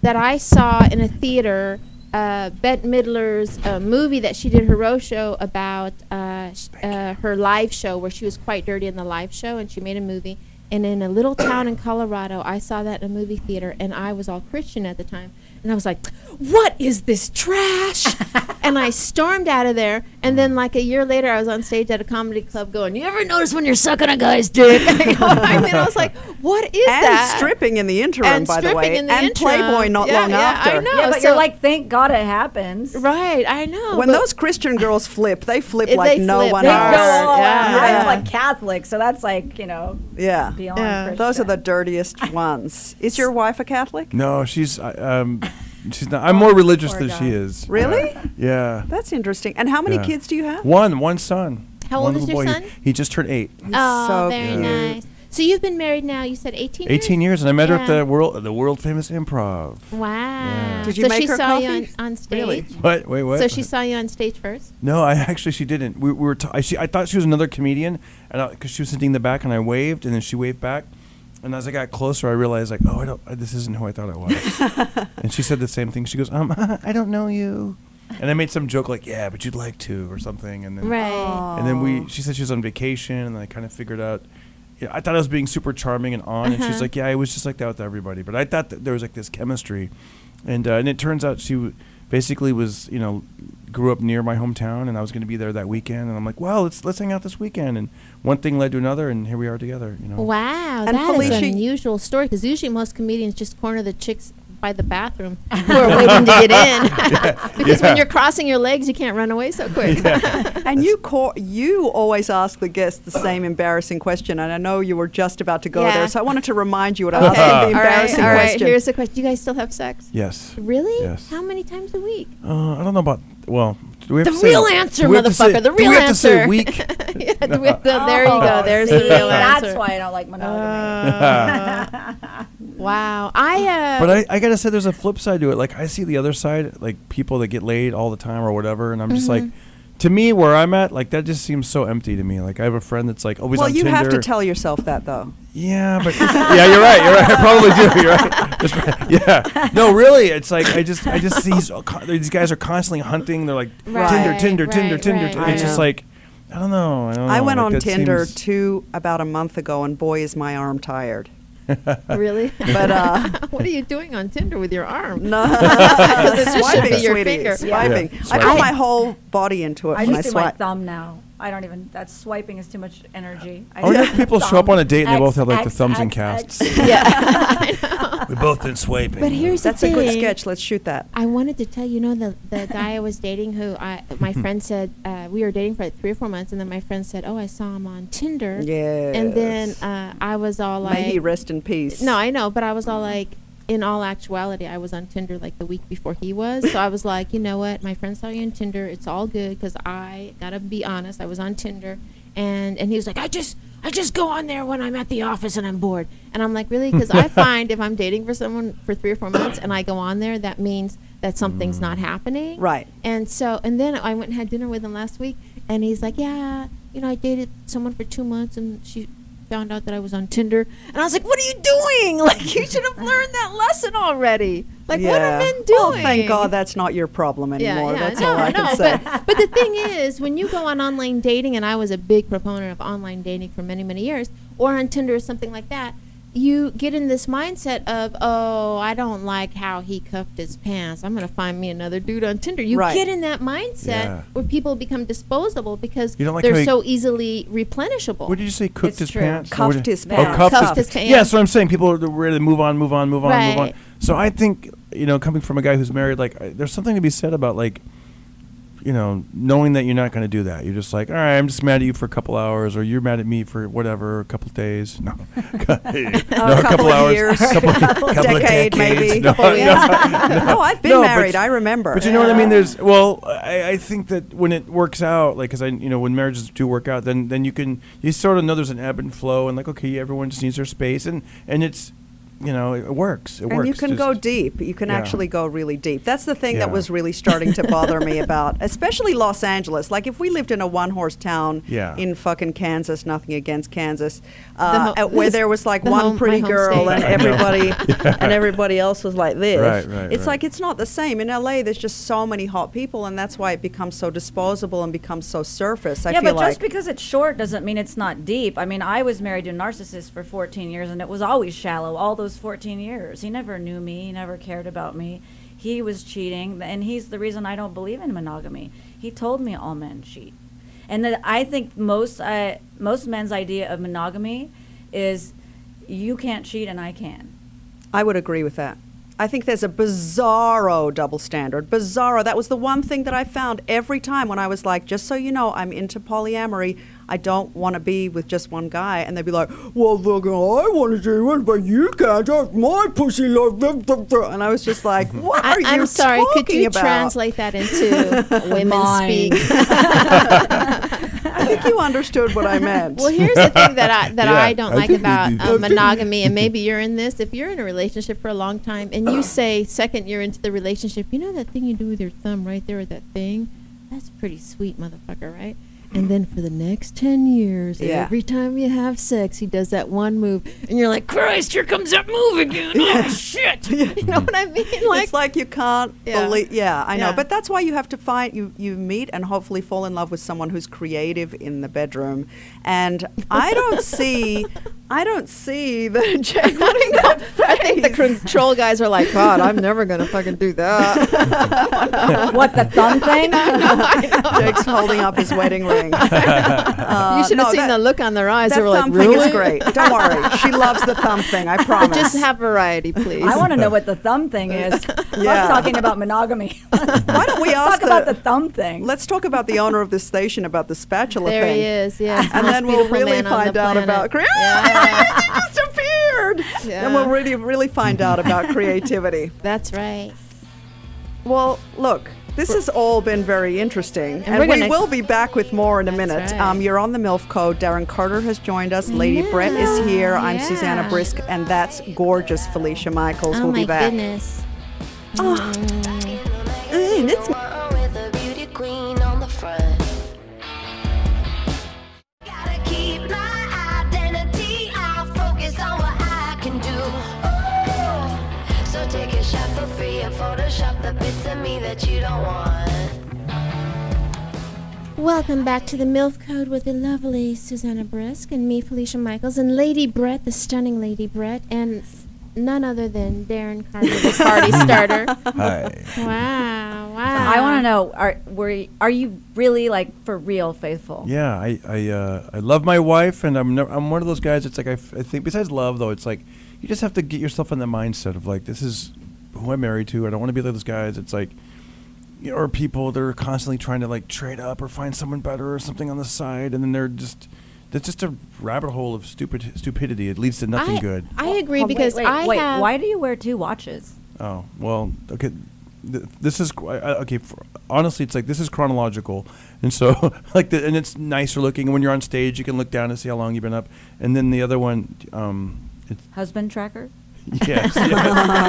[SPEAKER 5] that I saw in a theater uh, Bette Midler's uh, movie that she did her row show about uh, sh- uh, her live show where she was quite dirty in the live show, and she made a movie. And in a little town in Colorado, I saw that in a movie theater, and I was all Christian at the time. And I was like, what is this
[SPEAKER 2] *laughs*
[SPEAKER 5] trash? and I stormed out of there. And then, like a year later, I was on stage at a comedy club going, You ever notice when you're sucking a guy's dick? *laughs* I mean, I was like, What is
[SPEAKER 2] and
[SPEAKER 5] that?
[SPEAKER 2] stripping in the interim,
[SPEAKER 5] And
[SPEAKER 2] by the
[SPEAKER 5] stripping
[SPEAKER 2] way,
[SPEAKER 5] in the
[SPEAKER 2] and
[SPEAKER 5] interim.
[SPEAKER 2] Playboy not
[SPEAKER 5] Yeah,
[SPEAKER 2] long
[SPEAKER 5] yeah, I
[SPEAKER 2] after.
[SPEAKER 5] know.
[SPEAKER 3] Yeah,
[SPEAKER 5] Oh,
[SPEAKER 3] but you're
[SPEAKER 5] so-
[SPEAKER 3] like, thank God it happens.
[SPEAKER 5] Right, I know.
[SPEAKER 2] When
[SPEAKER 5] but-
[SPEAKER 2] those Christian girls flip, they flip
[SPEAKER 5] It-
[SPEAKER 2] like
[SPEAKER 5] they
[SPEAKER 2] no
[SPEAKER 5] flip.
[SPEAKER 2] one
[SPEAKER 3] They go
[SPEAKER 5] Hard.
[SPEAKER 3] all
[SPEAKER 5] Yeah.
[SPEAKER 3] out.
[SPEAKER 2] Yeah.
[SPEAKER 3] I'm like Catholic, so that's like, you know,
[SPEAKER 2] Yeah.
[SPEAKER 3] beyond
[SPEAKER 5] Yeah.
[SPEAKER 3] Christian.
[SPEAKER 2] Those are the dirtiest ones. Is your wife a Catholic?
[SPEAKER 6] No, she's I- um, she's not. I'm more religious
[SPEAKER 3] Poor
[SPEAKER 6] than
[SPEAKER 3] guy.
[SPEAKER 6] she is.
[SPEAKER 2] Really?
[SPEAKER 6] Yeah.
[SPEAKER 2] That's interesting. And how many
[SPEAKER 6] Yeah.
[SPEAKER 2] kids do you have?
[SPEAKER 6] One, one son.
[SPEAKER 5] How
[SPEAKER 6] One
[SPEAKER 5] old is
[SPEAKER 6] little
[SPEAKER 5] your
[SPEAKER 6] boy.
[SPEAKER 5] son?
[SPEAKER 6] He just turned eight.
[SPEAKER 5] Oh,
[SPEAKER 2] So
[SPEAKER 5] very
[SPEAKER 2] cute.
[SPEAKER 5] nice. So you've been married now. You said 18.
[SPEAKER 6] 18 years, and I met her at
[SPEAKER 5] Yeah.
[SPEAKER 6] the world, the world famous improv.
[SPEAKER 5] Wow.
[SPEAKER 2] Did you
[SPEAKER 5] so
[SPEAKER 2] make
[SPEAKER 5] she
[SPEAKER 2] her
[SPEAKER 5] saw you on,
[SPEAKER 2] coffee?
[SPEAKER 5] on stage.
[SPEAKER 2] Really?
[SPEAKER 6] What? Wait, what?
[SPEAKER 5] So she saw you on stage first.
[SPEAKER 6] No, I actually she didn't. We, we were. T- I, she, I thought she was another comedian, and because she was sitting in the back, and I waved, and then she waved back, and as I got closer, I realized like, oh, I don't. This isn't who I thought
[SPEAKER 5] *laughs*
[SPEAKER 6] I was. and she said the same thing. She goes, um, *laughs* I don't know you, and I made some joke like, yeah, but you'd like to or something, and then
[SPEAKER 5] Right.
[SPEAKER 6] and then we. She said she was on vacation, and I kind of figured out. Yeah, I thought I was being super charming and on, and
[SPEAKER 7] Uh-huh.
[SPEAKER 6] she's like, yeah, I was just like that with everybody, but I thought that there was like this chemistry, and uh, and it turns out she w- basically was you know grew up near my hometown, and I was going to be there that weekend, and I'm like, well, let's let's hang out this weekend, and one thing led to another, and here we are together, you know.
[SPEAKER 5] Wow,
[SPEAKER 2] And
[SPEAKER 5] that is
[SPEAKER 2] Felicia-
[SPEAKER 5] an unusual story because usually most comedians just corner the chicks by
[SPEAKER 7] by the bathroom who are waiting to get in. *laughs* because
[SPEAKER 6] yeah.
[SPEAKER 7] when you're crossing your legs, you can't run away so quick. *laughs*
[SPEAKER 2] And you call, you always ask the guests the same embarrassing question, and I know you were just about to go
[SPEAKER 7] Yeah.
[SPEAKER 2] there, so I wanted to remind you what I
[SPEAKER 7] Okay.
[SPEAKER 2] asked them the
[SPEAKER 7] all right,
[SPEAKER 2] embarrassing
[SPEAKER 7] all right.
[SPEAKER 2] question.
[SPEAKER 7] Here's the question. Do you guys still have sex?
[SPEAKER 6] Yes.
[SPEAKER 1] Really?
[SPEAKER 6] Yes.
[SPEAKER 1] How many times a week?
[SPEAKER 6] Uh, I don't know about. Well, do we have
[SPEAKER 7] The
[SPEAKER 6] to say-
[SPEAKER 7] real answer,
[SPEAKER 6] do we have to say-
[SPEAKER 7] motherfucker, the
[SPEAKER 6] do we
[SPEAKER 7] real
[SPEAKER 6] have to say
[SPEAKER 7] answer.
[SPEAKER 6] week?
[SPEAKER 7] *laughs* yeah, do we have the- there you go.
[SPEAKER 3] Oh,
[SPEAKER 7] There's
[SPEAKER 3] see,
[SPEAKER 7] the real
[SPEAKER 3] *laughs* That's
[SPEAKER 7] answer.
[SPEAKER 3] why I don't like monogamy.
[SPEAKER 7] Uh, wow. I uh,
[SPEAKER 6] But I, I gotta say, there's a flip side to it. Like I see the other side, like people that get laid all the time or whatever, and I'm just like,
[SPEAKER 2] Mm-hmm.
[SPEAKER 6] to me, where I'm at, like that just seems so empty to me. Like I have a friend that's like always
[SPEAKER 2] well,
[SPEAKER 6] on
[SPEAKER 2] you
[SPEAKER 6] Tinder.
[SPEAKER 2] have to tell yourself that though.
[SPEAKER 6] Yeah,
[SPEAKER 2] *laughs*
[SPEAKER 6] but *laughs* yeah, you're right. You're right. I probably do. You're right. That's right. Yeah. No, really, it's like I just I just see he's con- these guys are constantly hunting. They're like
[SPEAKER 7] Right,
[SPEAKER 6] Tinder, Tinder, Tinder,
[SPEAKER 7] right,
[SPEAKER 6] Tinder.
[SPEAKER 7] right,
[SPEAKER 6] Tinder.
[SPEAKER 2] right.
[SPEAKER 6] It's just
[SPEAKER 2] I know.
[SPEAKER 6] like I don't know. I, don't
[SPEAKER 2] I
[SPEAKER 6] know,
[SPEAKER 2] went
[SPEAKER 6] like,
[SPEAKER 2] on
[SPEAKER 6] Oh, that
[SPEAKER 2] Tinder
[SPEAKER 6] seems-
[SPEAKER 2] two about a month ago, and boy, is my arm tired.
[SPEAKER 7] really.
[SPEAKER 2] But uh,
[SPEAKER 7] *laughs* what are you doing on Tinder with your arm? *laughs*
[SPEAKER 6] *laughs*
[SPEAKER 2] no,
[SPEAKER 7] it should
[SPEAKER 2] *laughs* swiping,
[SPEAKER 7] be your
[SPEAKER 2] sweetie,
[SPEAKER 7] finger.
[SPEAKER 2] swiping.
[SPEAKER 6] Yeah,
[SPEAKER 2] I put
[SPEAKER 6] swiping.
[SPEAKER 2] my whole body into it
[SPEAKER 3] I
[SPEAKER 2] when
[SPEAKER 3] just
[SPEAKER 2] I
[SPEAKER 3] do my
[SPEAKER 2] swipe.
[SPEAKER 3] thumb now. I don't even. That swiping is too much energy. I
[SPEAKER 6] Oh,
[SPEAKER 3] do
[SPEAKER 6] yeah,
[SPEAKER 3] my
[SPEAKER 6] people show up
[SPEAKER 3] thumb.
[SPEAKER 6] on a date and they
[SPEAKER 3] X,
[SPEAKER 6] both have like the
[SPEAKER 3] X,
[SPEAKER 6] thumbs and
[SPEAKER 3] X, X.
[SPEAKER 6] casts. *laughs*
[SPEAKER 7] yeah. *laughs*
[SPEAKER 6] we both been swiping.
[SPEAKER 1] But here's
[SPEAKER 2] That's
[SPEAKER 1] the
[SPEAKER 2] a
[SPEAKER 1] thing.
[SPEAKER 2] good sketch. Let's shoot that.
[SPEAKER 1] I wanted to tell you, you know, the,
[SPEAKER 2] *laughs*
[SPEAKER 1] the guy I was dating who I, my
[SPEAKER 2] Mm-hmm.
[SPEAKER 1] friend said, uh, we were dating for like three or four months, and then my friend said, oh, I saw him on Tinder. And then
[SPEAKER 2] Yes.
[SPEAKER 1] uh, I was all like,
[SPEAKER 2] May he rest in peace. Mm-hmm.
[SPEAKER 1] no, I know, but I was all like, in all actuality, I was on Tinder like the week before he was. So
[SPEAKER 2] *laughs*
[SPEAKER 1] I was like, you know what? My friend saw you on Tinder. It's all good because I gotta be honest. I was on Tinder, and and he was like, I just I just go on there when I'm at the office and I'm bored. And I'm like, really? Because I find if I'm dating for someone for three or four months and I go on there, that means that something's not happening.
[SPEAKER 2] Right.
[SPEAKER 1] And so, and then I went and had dinner with him last week, and he's like, "Yeah, you know, I dated someone for two months, and she found out that I was on Tinder." And I was like, "What are you doing? *laughs* Like, you should have learned that lesson already. Like, what are men doing?"
[SPEAKER 2] Well, Oh, thank God that's not your problem anymore. that's
[SPEAKER 1] no,
[SPEAKER 2] all I
[SPEAKER 1] *laughs* no,
[SPEAKER 2] can say.
[SPEAKER 1] But, but the thing is, when you go on online dating, and I was a big proponent of online dating for many, many years, or on Tinder or something like that, you get in this mindset of, oh, I don't like how he cuffed his pants. I'm going to find me another dude on Tinder. You
[SPEAKER 2] Right.
[SPEAKER 1] get in that mindset
[SPEAKER 6] Yeah.
[SPEAKER 1] where people become disposable because
[SPEAKER 6] You don't like how
[SPEAKER 1] they're
[SPEAKER 6] he-
[SPEAKER 1] so easily replenishable.
[SPEAKER 6] What did you say? Cooked
[SPEAKER 3] It's
[SPEAKER 6] his
[SPEAKER 3] true.
[SPEAKER 6] pants.
[SPEAKER 2] Cuffed
[SPEAKER 6] Or what-
[SPEAKER 2] his
[SPEAKER 6] Oh,
[SPEAKER 2] pants.
[SPEAKER 6] cuffed,
[SPEAKER 1] Cuffed
[SPEAKER 6] his
[SPEAKER 1] his
[SPEAKER 6] pants.
[SPEAKER 1] pants.
[SPEAKER 6] Yeah, so I'm saying people are ready to move on, move on, move on, move on.
[SPEAKER 1] Right.
[SPEAKER 6] So I think you know, coming from a guy who's married, like I- there's something to be said about like, you know, knowing that you're not going to do that. You're just like, all right, I'm just mad at you for a couple hours, or you're mad at me for whatever, a couple days. No, *laughs* no,
[SPEAKER 2] *laughs*
[SPEAKER 6] *laughs* a
[SPEAKER 2] couple of years. *laughs*
[SPEAKER 6] couple, couple of
[SPEAKER 2] Decade, maybe.
[SPEAKER 6] decades.
[SPEAKER 2] Couple
[SPEAKER 6] *laughs* No,
[SPEAKER 2] of *laughs*
[SPEAKER 6] no.
[SPEAKER 2] no, Oh, I've been
[SPEAKER 6] No, but-
[SPEAKER 2] married. I remember.
[SPEAKER 6] But you know what I mean? There's well, I, I think that when it works out, like, 'cause I, you know, when marriages do work out, then then you can you sort of know there's an ebb and flow, and like, okay, everyone just needs their space, and and it's, you know, it, works. It
[SPEAKER 2] and
[SPEAKER 6] works.
[SPEAKER 2] you can
[SPEAKER 6] just-
[SPEAKER 2] go deep. You can
[SPEAKER 6] Yeah.
[SPEAKER 2] actually go really deep. That's the thing that
[SPEAKER 6] Yeah.
[SPEAKER 2] was really starting to bother me about, *laughs* especially Los Angeles. Like if we lived in a one-horse town
[SPEAKER 6] Yeah.
[SPEAKER 2] in fucking Kansas, nothing against Kansas,
[SPEAKER 1] The
[SPEAKER 2] uh,
[SPEAKER 1] ho-
[SPEAKER 2] at- where there was like
[SPEAKER 1] the
[SPEAKER 2] one
[SPEAKER 1] home-
[SPEAKER 2] pretty
[SPEAKER 1] my home
[SPEAKER 2] girl and
[SPEAKER 1] state.
[SPEAKER 6] *laughs* I know.
[SPEAKER 2] everybody and everybody else was like this.
[SPEAKER 6] Right, right,
[SPEAKER 2] it's
[SPEAKER 6] right.
[SPEAKER 2] like it's not the same. In LA, there's just so many hot people, and that's why it becomes so disposable and becomes so surface. *laughs* I
[SPEAKER 3] yeah,
[SPEAKER 2] feel
[SPEAKER 3] but
[SPEAKER 2] like
[SPEAKER 3] just because it's short doesn't mean it's not deep. I mean, I was married to a narcissist for 14 years, and it was always shallow. All those 14 years, he never knew me, he never cared about me. He was cheating, and he's the reason I don't believe in monogamy. He told me all men cheat, and that I think most uh, most men's idea of monogamy is you can't cheat and I can.
[SPEAKER 2] I would agree with that. I think there's a bizarro double standard. Bizarro. That was the one thing that I found every time when I was like, just so you know, I'm into polyamory. I don't want to be with just one guy. And they'd be like, well, look, I want to do it, but you can't have my pussy like that. And I was just
[SPEAKER 1] *laughs*
[SPEAKER 2] like, what are
[SPEAKER 1] I,
[SPEAKER 2] you
[SPEAKER 1] I'm sorry.
[SPEAKER 2] talking
[SPEAKER 1] Could you
[SPEAKER 2] about?
[SPEAKER 1] translate that into women
[SPEAKER 3] Mine.
[SPEAKER 1] speak?
[SPEAKER 2] *laughs* I think you understood what I meant.
[SPEAKER 1] *laughs* Well, here's the thing that I that
[SPEAKER 6] Yeah,
[SPEAKER 1] I don't
[SPEAKER 6] I
[SPEAKER 1] like
[SPEAKER 6] think we
[SPEAKER 1] about
[SPEAKER 6] do. I
[SPEAKER 1] um,
[SPEAKER 6] think we
[SPEAKER 1] monogamy, and maybe you're in this. If you're in a relationship for a long time, and you say second year into the relationship, you know that thing you do with your thumb right there with that thing, that's pretty sweet, motherfucker, right? And then for the next ten years,
[SPEAKER 2] Yeah.
[SPEAKER 1] every time you have sex, he does that one move, and you're like, Christ, here comes that move again. Oh
[SPEAKER 2] *laughs*
[SPEAKER 1] shit! You know what I mean? *laughs* Like,
[SPEAKER 2] it's like you can't
[SPEAKER 1] Yeah.
[SPEAKER 2] believe. Yeah, I know.
[SPEAKER 1] Yeah.
[SPEAKER 2] But that's why you have to find you you meet and hopefully
[SPEAKER 1] *laughs*
[SPEAKER 2] fall in love with someone who's creative in the bedroom. And I don't see I don't see the *laughs* Jake putting that
[SPEAKER 1] I think the
[SPEAKER 2] face.
[SPEAKER 1] control guys
[SPEAKER 2] *laughs*
[SPEAKER 1] are like, God, I'm never gonna fucking do that.
[SPEAKER 3] what
[SPEAKER 2] *laughs*
[SPEAKER 3] the thumb thing?
[SPEAKER 1] *laughs*
[SPEAKER 2] Jake's holding up his wedding ring. Uh,
[SPEAKER 1] you should have
[SPEAKER 2] no,
[SPEAKER 1] seen
[SPEAKER 2] that-
[SPEAKER 1] the look on their eyes.
[SPEAKER 2] that
[SPEAKER 1] They were like,
[SPEAKER 2] thumb thing
[SPEAKER 1] really?
[SPEAKER 5] *laughs*
[SPEAKER 2] is great. Don't worry. She loves the thumb
[SPEAKER 1] *laughs*
[SPEAKER 2] thing. I
[SPEAKER 1] But
[SPEAKER 2] promise.
[SPEAKER 1] just have variety, please.
[SPEAKER 5] *laughs*
[SPEAKER 3] I want to know what the thumb
[SPEAKER 2] *laughs*
[SPEAKER 3] thing is.
[SPEAKER 2] Yeah.
[SPEAKER 3] I'm talking about monogamy.
[SPEAKER 2] Why don't we *laughs*
[SPEAKER 3] Let's
[SPEAKER 2] ask
[SPEAKER 3] talk about
[SPEAKER 2] the-
[SPEAKER 3] the thumb thing.
[SPEAKER 2] Let's talk about the owner of this station about the spatula
[SPEAKER 1] there
[SPEAKER 2] thing.
[SPEAKER 1] he
[SPEAKER 2] *laughs*
[SPEAKER 1] is. Yes.
[SPEAKER 2] And
[SPEAKER 1] most
[SPEAKER 2] then we'll
[SPEAKER 1] beautiful
[SPEAKER 2] really
[SPEAKER 1] man on the
[SPEAKER 2] find out
[SPEAKER 1] planet.
[SPEAKER 2] about cre-
[SPEAKER 5] *laughs*
[SPEAKER 1] Yeah,
[SPEAKER 2] It's a beard.
[SPEAKER 1] Yeah.
[SPEAKER 2] And we'll really, really find out about
[SPEAKER 1] *laughs*
[SPEAKER 2] creativity.
[SPEAKER 1] that's right.
[SPEAKER 2] Well, look, this has all been very interesting, and,
[SPEAKER 1] we're
[SPEAKER 2] we
[SPEAKER 1] gonna-
[SPEAKER 2] will be back with more in a minute.
[SPEAKER 1] right.
[SPEAKER 2] Um, you're on the MILF Code. Darren Carter has joined us. Lady Brett is here. I'm
[SPEAKER 1] Yeah.
[SPEAKER 2] Susanna Brisk, and that's gorgeous Felicia Michaels.
[SPEAKER 5] Oh
[SPEAKER 2] we'll
[SPEAKER 5] my
[SPEAKER 2] be back.
[SPEAKER 5] goodness.
[SPEAKER 2] Mm, it's
[SPEAKER 4] With a beauty queen on the front. Gotta keep my identity. I'll focus on what I can do. Ooh. So take a shot for free and Photoshop the bits of me that you don't want.
[SPEAKER 5] Welcome back to the MILF Code with the lovely Susanna Brisk and me, Felicia Michaels, and Lady Brett, the stunning Lady Brett, and none other than Darren Carter, the
[SPEAKER 1] *laughs*
[SPEAKER 5] party starter.
[SPEAKER 6] Hi.
[SPEAKER 5] Wow, wow.
[SPEAKER 3] I want to know are were y- are you really like for real faithful?
[SPEAKER 6] Yeah, I I, uh, I love my wife, and I'm never, I'm one of those guys. It's like I, f- I think besides love though, it's like you just have to get yourself in the mindset of like this is who I'm married to. I don't want to be like those guys. It's like you know, or people that are constantly trying to like trade up or find someone better or something on the side, and then they're just that's just a rabbit hole of stupid stupidity. It leads to nothing
[SPEAKER 5] I,
[SPEAKER 6] good.
[SPEAKER 5] I agree
[SPEAKER 3] Oh, wait,
[SPEAKER 5] because
[SPEAKER 3] wait,
[SPEAKER 5] I
[SPEAKER 3] wait,
[SPEAKER 5] have.
[SPEAKER 3] why do you wear two watches?
[SPEAKER 6] Oh well, okay. Th- this is qu- I- I- okay. For, honestly, it's like this is chronological, and so *laughs* like the, and it's nicer looking. And when you're on stage, you can look down and see how long you've been up. And then the other one, um, it's, *laughs*
[SPEAKER 3] Husband tracker?
[SPEAKER 6] yes, *laughs*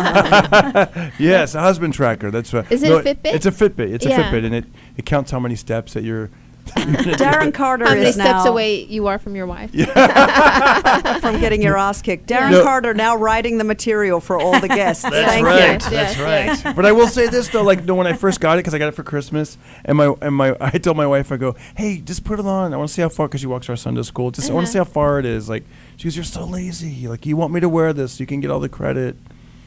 [SPEAKER 6] yes. Yes, a husband tracker. That's right.
[SPEAKER 1] Is it a Fitbit?
[SPEAKER 6] It's a Fitbit. It's
[SPEAKER 5] Yeah.
[SPEAKER 6] a Fitbit, and it it counts how many steps that you're. *laughs*
[SPEAKER 2] Darren Carter
[SPEAKER 1] How many
[SPEAKER 2] is
[SPEAKER 1] steps
[SPEAKER 2] now
[SPEAKER 1] away you are from your
[SPEAKER 6] *laughs*
[SPEAKER 1] wife?
[SPEAKER 2] from getting your ass kicked.
[SPEAKER 1] *laughs*
[SPEAKER 2] Darren
[SPEAKER 6] No.
[SPEAKER 2] Carter now writing the material for all the guests. Thank
[SPEAKER 1] right.
[SPEAKER 2] you.
[SPEAKER 1] Yes,
[SPEAKER 6] That's right. But I will say this though, like no, when I first got it, because I got it for Christmas, and my and my, *laughs* I told my wife, I go, hey, just put it on. I want to see how far, because she walks our son to school. Just I want to
[SPEAKER 1] Uh-huh.
[SPEAKER 6] see how far it is. Like she goes, you're so lazy. Like you want me to wear this, so you can get all the credit.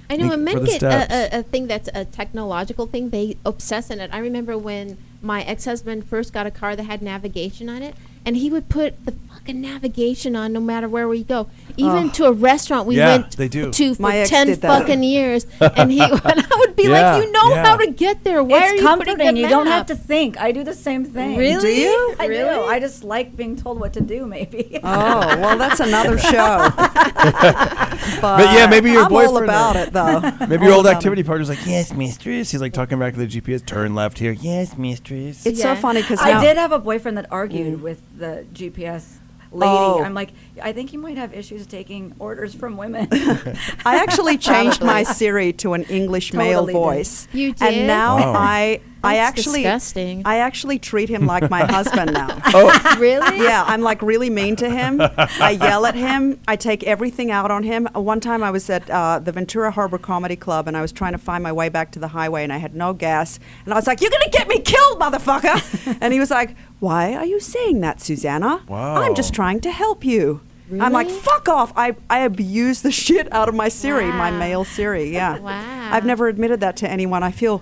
[SPEAKER 1] I know
[SPEAKER 6] Like,
[SPEAKER 1] when
[SPEAKER 6] for
[SPEAKER 1] men
[SPEAKER 6] the
[SPEAKER 1] get
[SPEAKER 6] steps.
[SPEAKER 1] a, a, a thing that's a technological thing, they obsess in it. I remember when my ex husband first got a car that had navigation on it, and he would put the fucking navigation on no matter where we go, even to a restaurant we
[SPEAKER 6] Yeah,
[SPEAKER 1] went
[SPEAKER 6] they do.
[SPEAKER 1] to for
[SPEAKER 2] My ex
[SPEAKER 1] ten
[SPEAKER 2] did that.
[SPEAKER 1] fucking
[SPEAKER 6] *laughs*
[SPEAKER 1] years, and he *laughs* and I would be
[SPEAKER 6] Yeah,
[SPEAKER 1] like, you know
[SPEAKER 6] yeah.
[SPEAKER 1] how to get there. Why are
[SPEAKER 3] it's
[SPEAKER 1] you putting
[SPEAKER 3] comforting.
[SPEAKER 1] the
[SPEAKER 3] You don't
[SPEAKER 1] map?"
[SPEAKER 3] have to think. I do the same thing.
[SPEAKER 1] Really? Do you?
[SPEAKER 3] I do.
[SPEAKER 1] Really?
[SPEAKER 3] I just like being told what to do. Maybe.
[SPEAKER 2] Oh, well, that's another show.
[SPEAKER 1] *laughs*
[SPEAKER 2] but,
[SPEAKER 6] yeah, maybe your
[SPEAKER 2] I'm all
[SPEAKER 6] boyfriend
[SPEAKER 2] about
[SPEAKER 6] or-
[SPEAKER 2] it, though.
[SPEAKER 6] *laughs* Maybe your old
[SPEAKER 2] about it.
[SPEAKER 6] activity partner's like, yes, mistress. He's like talking back to the GPS. Turn left here. Yes, mistress.
[SPEAKER 2] It's
[SPEAKER 1] Yeah.
[SPEAKER 2] so funny because
[SPEAKER 3] *laughs* I did have a boyfriend that argued with the GPS lady.
[SPEAKER 2] Mm. Oh.
[SPEAKER 3] I'm like, I think you might have issues taking orders from
[SPEAKER 2] *laughs*
[SPEAKER 3] women. *laughs*
[SPEAKER 2] I
[SPEAKER 1] *laughs*
[SPEAKER 2] actually changed my Siri to an English male
[SPEAKER 3] Totally did.
[SPEAKER 2] voice.
[SPEAKER 1] You
[SPEAKER 2] And
[SPEAKER 1] did?
[SPEAKER 2] now
[SPEAKER 6] Wow.
[SPEAKER 2] I I
[SPEAKER 1] That's
[SPEAKER 2] actually
[SPEAKER 1] disgusting.
[SPEAKER 2] I actually treat him like
[SPEAKER 6] *laughs*
[SPEAKER 2] my husband now.
[SPEAKER 6] Oh.
[SPEAKER 5] *laughs*
[SPEAKER 3] *laughs*
[SPEAKER 1] really?
[SPEAKER 2] Yeah, I'm like really mean to him. I yell at him. I take everything out on him. Uh, One time I was at uh, the Ventura Harbor Comedy Club and I was trying to find my way back to the highway and I had no gas. And I was like, You're going to get me killed, motherfucker. and he was like, Why are you saying that, Susanna?
[SPEAKER 6] Wow.
[SPEAKER 2] I'm just trying to help you. I'm like, fuck off. I, I abuse the shit out of my Siri, my
[SPEAKER 5] Wow.
[SPEAKER 2] male Siri. Yeah.
[SPEAKER 5] Wow.
[SPEAKER 2] I've never admitted that to anyone. I feel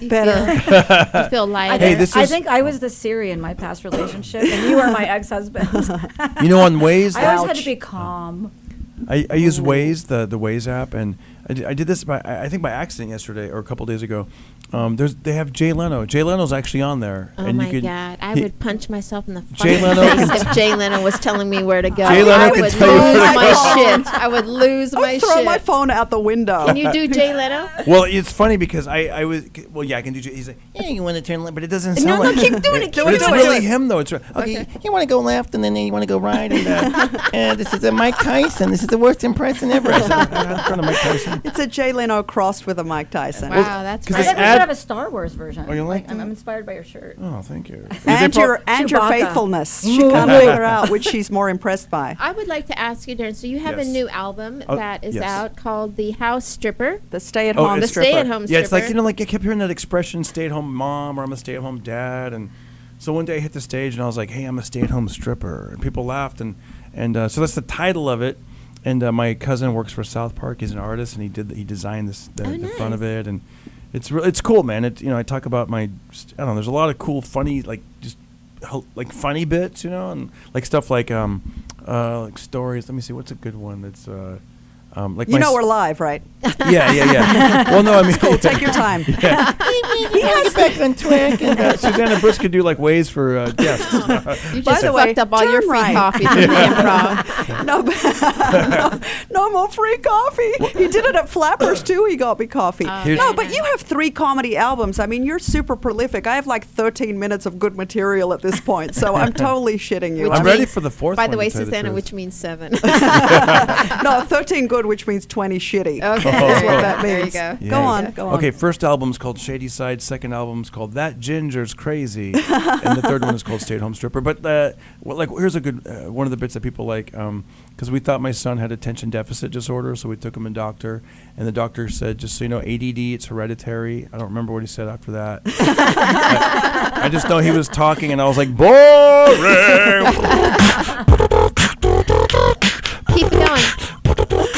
[SPEAKER 1] You
[SPEAKER 2] better. *laughs*
[SPEAKER 1] *laughs* feel- you feel
[SPEAKER 3] I,
[SPEAKER 1] lighter.
[SPEAKER 6] Hey,
[SPEAKER 3] think-
[SPEAKER 6] this
[SPEAKER 3] I
[SPEAKER 6] is-
[SPEAKER 3] think I was the Siri in my past relationship, and you were my ex-husband. *laughs*
[SPEAKER 6] you know, on *laughs* ways.
[SPEAKER 3] I always had to be calm.
[SPEAKER 6] I, I use Waze, the the Waze app, and I di- I did this by I I think by accident yesterday or a couple days ago. Um, there's they have Jay Leno. Jay Leno's actually on there.
[SPEAKER 5] Oh
[SPEAKER 6] and
[SPEAKER 5] my
[SPEAKER 6] you can,
[SPEAKER 5] God. I
[SPEAKER 6] he-
[SPEAKER 5] would punch myself in the fucking
[SPEAKER 6] Jay Leno
[SPEAKER 5] face
[SPEAKER 6] can-
[SPEAKER 5] if Jay Leno was telling me where to go.
[SPEAKER 6] Jay Leno
[SPEAKER 1] I
[SPEAKER 6] can
[SPEAKER 1] would lose
[SPEAKER 6] tell you where to
[SPEAKER 1] my
[SPEAKER 2] go.
[SPEAKER 1] shit. I would lose
[SPEAKER 2] I
[SPEAKER 1] my
[SPEAKER 2] would throw
[SPEAKER 1] shit.
[SPEAKER 2] my phone out the window.
[SPEAKER 1] Can you do
[SPEAKER 2] *laughs*
[SPEAKER 1] Jay Leno?
[SPEAKER 6] Well, it's funny because I, I was c- well, yeah, I can do. Jay- He's like, yeah, you want to turn left, but it doesn't sound
[SPEAKER 1] no,
[SPEAKER 6] like.
[SPEAKER 1] keep
[SPEAKER 6] *laughs*
[SPEAKER 1] doing it, keep
[SPEAKER 6] but it's
[SPEAKER 1] doing it.
[SPEAKER 6] really him though. It's re- okay.
[SPEAKER 8] You want to go left, and then you want to go right, and
[SPEAKER 1] *laughs*
[SPEAKER 8] uh, uh, this is a Mike Tyson. This is the worst impression ever.
[SPEAKER 6] I said, "Yeah, in front of Mike Tyson.
[SPEAKER 2] It's a Jay Leno crossed with a Mike Tyson.
[SPEAKER 1] Wow, that's
[SPEAKER 6] 'cause
[SPEAKER 1] right.
[SPEAKER 3] I
[SPEAKER 6] This
[SPEAKER 3] think we
[SPEAKER 6] ad-
[SPEAKER 3] should have a Star Wars version.
[SPEAKER 6] Oh, you like
[SPEAKER 3] I'm,
[SPEAKER 6] that?
[SPEAKER 3] I'm inspired by your shirt.
[SPEAKER 6] Oh, thank you.
[SPEAKER 2] And
[SPEAKER 6] They pro-
[SPEAKER 2] your and your
[SPEAKER 3] Chewbacca.
[SPEAKER 2] faithfulness. She can't figure out which she's more impressed
[SPEAKER 3] *laughs*
[SPEAKER 2] by.
[SPEAKER 1] I would like to ask you, Darren. So you have
[SPEAKER 6] Yes.
[SPEAKER 1] a new album
[SPEAKER 6] Oh,
[SPEAKER 1] that is
[SPEAKER 6] yes.
[SPEAKER 1] out called "The House Stripper."
[SPEAKER 2] The stay at
[SPEAKER 6] Oh,
[SPEAKER 2] home
[SPEAKER 6] the
[SPEAKER 2] stripper.
[SPEAKER 1] stay-at-home
[SPEAKER 6] yeah, it's like
[SPEAKER 1] stripper.
[SPEAKER 6] you know, like I kept hearing that expression, "stay-at-home mom" or "I'm a stay-at-home dad," and so one day I hit the stage and I was like, "Hey, I'm a stay-at-home stripper," and people laughed, and and uh, so that's the title of it. And uh, my cousin works for South Park. He's an artist, and he did he designed this the,
[SPEAKER 4] Oh,
[SPEAKER 6] the front of
[SPEAKER 4] nice.
[SPEAKER 6] it, and it's real it's cool, man. It you know I talk about my st- I don't know. There's a lot of cool, funny like just hel- like funny bits, you know, and like stuff like um uh like stories. Let me see what's a good one that's uh um like
[SPEAKER 2] You
[SPEAKER 6] my
[SPEAKER 2] know
[SPEAKER 6] s-
[SPEAKER 2] we're live, right?
[SPEAKER 6] yeah yeah yeah. well, no, I mean
[SPEAKER 2] Cool. Take
[SPEAKER 6] *laughs*
[SPEAKER 2] your time.
[SPEAKER 5] *laughs*
[SPEAKER 1] Get back on track. And,
[SPEAKER 6] Uh, Susanna Brisk could do like ways for uh, guests.
[SPEAKER 5] *laughs* You
[SPEAKER 2] By
[SPEAKER 5] just
[SPEAKER 2] the
[SPEAKER 5] fucked
[SPEAKER 2] way,
[SPEAKER 5] up all your
[SPEAKER 2] turn
[SPEAKER 5] free
[SPEAKER 2] right. *laughs*
[SPEAKER 5] coffee from the improv.
[SPEAKER 2] no, no, *laughs* no more free coffee. He did it at Flappers too. He got me coffee.
[SPEAKER 5] Uh,
[SPEAKER 6] Here's-
[SPEAKER 2] no, but you have three comedy albums. I mean, you're super prolific. I have like 13 minutes of good material at this point,
[SPEAKER 5] *laughs*
[SPEAKER 2] so I'm totally shitting you.
[SPEAKER 5] Which
[SPEAKER 2] I
[SPEAKER 6] I'm
[SPEAKER 2] mean,
[SPEAKER 6] ready
[SPEAKER 5] means-
[SPEAKER 6] for the fourth.
[SPEAKER 5] By
[SPEAKER 6] one,
[SPEAKER 5] the
[SPEAKER 6] to
[SPEAKER 5] way,
[SPEAKER 6] tell you
[SPEAKER 5] Susanna,
[SPEAKER 6] truth.
[SPEAKER 5] which means
[SPEAKER 6] *laughs*
[SPEAKER 5] seven. *laughs*
[SPEAKER 2] *laughs* no, 13 good, which means 20 shitty.
[SPEAKER 5] Okay,
[SPEAKER 2] That's what
[SPEAKER 5] there
[SPEAKER 2] that
[SPEAKER 5] you
[SPEAKER 2] means.
[SPEAKER 5] go.
[SPEAKER 6] Oh, Yeah.
[SPEAKER 2] Go on, go on.
[SPEAKER 6] Okay, first album's called Shady Side. Second album's called That
[SPEAKER 2] *laughs*
[SPEAKER 6] Ginger's Crazy, and the third one is called Stay at Home Stripper. But uh, well, like, here's a good uh, one of the bits that people like because we thought my son had attention deficit disorder, so we took him to doctor, and the doctor said, just so you know, ADD, it's hereditary. I don't remember what he said
[SPEAKER 2] *laughs*
[SPEAKER 6] after that. I, I just know he was talking, and I was like,
[SPEAKER 2] *laughs*
[SPEAKER 6] boring,
[SPEAKER 5] Keep going.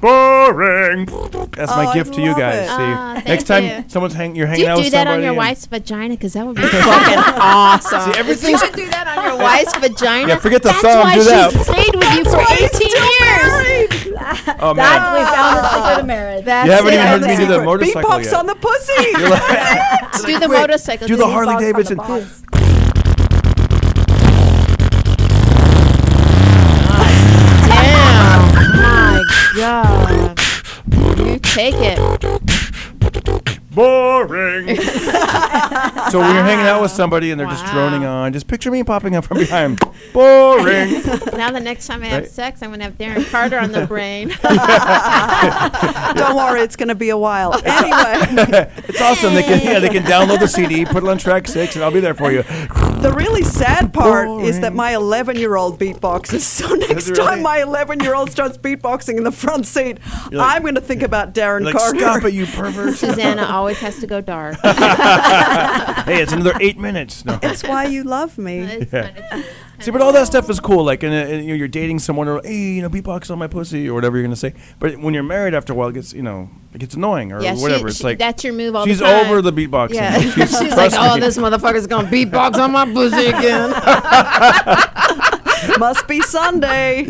[SPEAKER 6] boring. That's
[SPEAKER 2] Oh,
[SPEAKER 6] my
[SPEAKER 2] I
[SPEAKER 6] gift to you
[SPEAKER 2] love
[SPEAKER 6] guys.
[SPEAKER 2] it.
[SPEAKER 6] See,
[SPEAKER 5] Aw, Ah, thank
[SPEAKER 6] next time
[SPEAKER 5] you.
[SPEAKER 6] someone's hang- you're
[SPEAKER 5] Do
[SPEAKER 6] hanging
[SPEAKER 5] you
[SPEAKER 6] out
[SPEAKER 5] do
[SPEAKER 6] with
[SPEAKER 5] that
[SPEAKER 6] somebody.
[SPEAKER 5] on your
[SPEAKER 6] and- *laughs* Oh,
[SPEAKER 5] wife's vagina? Because that would be fucking awesome.
[SPEAKER 6] See, everything's
[SPEAKER 5] you should do that on your
[SPEAKER 2] *laughs*
[SPEAKER 5] wife's vagina.
[SPEAKER 6] Yeah, forget the
[SPEAKER 5] That's
[SPEAKER 6] thumb,
[SPEAKER 5] why
[SPEAKER 6] do that.
[SPEAKER 5] she's stayed with you for 18 years.
[SPEAKER 6] Oh
[SPEAKER 3] That's
[SPEAKER 6] man,
[SPEAKER 3] we found the secret of marriage.
[SPEAKER 5] That's
[SPEAKER 6] you haven't
[SPEAKER 5] it.
[SPEAKER 6] even heard me
[SPEAKER 5] That's
[SPEAKER 6] do
[SPEAKER 5] it.
[SPEAKER 6] the motorcycle
[SPEAKER 2] Beatbox
[SPEAKER 6] yet. *laughs*
[SPEAKER 2] on the pussy. *laughs*
[SPEAKER 5] Do the motorcycle.
[SPEAKER 6] do the *laughs* Harley
[SPEAKER 3] Box on the
[SPEAKER 6] Davidson.
[SPEAKER 3] box.
[SPEAKER 5] Damn. My God. You take it. *laughs*
[SPEAKER 6] Boring. so when you're hanging out with somebody and they're just
[SPEAKER 5] Wow.
[SPEAKER 6] droning on, just picture me popping up from behind.
[SPEAKER 5] *laughs*
[SPEAKER 6] Boring.
[SPEAKER 5] Now the next time I have
[SPEAKER 6] Right.
[SPEAKER 5] sex, I'm going to have Darren Carter on
[SPEAKER 6] *laughs*
[SPEAKER 5] the brain.
[SPEAKER 2] *laughs* Don't worry, it's going to be a
[SPEAKER 6] *laughs*
[SPEAKER 2] while. Anyway.
[SPEAKER 6] it's awesome. They can yeah, they can download the CD, put it on track six, and I'll be there for you.
[SPEAKER 2] The really sad part is that
[SPEAKER 6] Boring.
[SPEAKER 2] my 11 year old beatboxes. So next
[SPEAKER 6] it really?
[SPEAKER 2] time my 11 year old starts beatboxing in the front seat,
[SPEAKER 6] You're like-
[SPEAKER 2] I'm going to think about Darren
[SPEAKER 6] Like
[SPEAKER 2] Carter.
[SPEAKER 6] stop it,
[SPEAKER 2] *laughs*
[SPEAKER 6] you pervert.
[SPEAKER 5] Susanna
[SPEAKER 6] *laughs*
[SPEAKER 5] always has to go dark.
[SPEAKER 6] hey, it's another eight minutes. No.
[SPEAKER 2] That's why you love me.
[SPEAKER 6] *laughs*
[SPEAKER 5] It's
[SPEAKER 6] Yeah.
[SPEAKER 5] kind of cute.
[SPEAKER 6] See, but all that stuff is cool. Like, and, uh, and you're, you're dating someone, or hey, you know, beatbox on my pussy, or whatever you're gonna say. But when you're married, after a while, it gets you know, it gets annoying or
[SPEAKER 5] Yeah, she-
[SPEAKER 6] whatever. it's
[SPEAKER 5] she-
[SPEAKER 6] like
[SPEAKER 5] that's your move all the
[SPEAKER 6] she's
[SPEAKER 5] time.
[SPEAKER 6] over the beatboxing.
[SPEAKER 5] Yeah.
[SPEAKER 6] She's,
[SPEAKER 5] *laughs* She's like,
[SPEAKER 6] trust
[SPEAKER 5] oh,
[SPEAKER 6] me. *laughs*
[SPEAKER 5] this motherfucker's going to beatbox on my pussy again.
[SPEAKER 2] Must be
[SPEAKER 6] *laughs*
[SPEAKER 2] Sunday.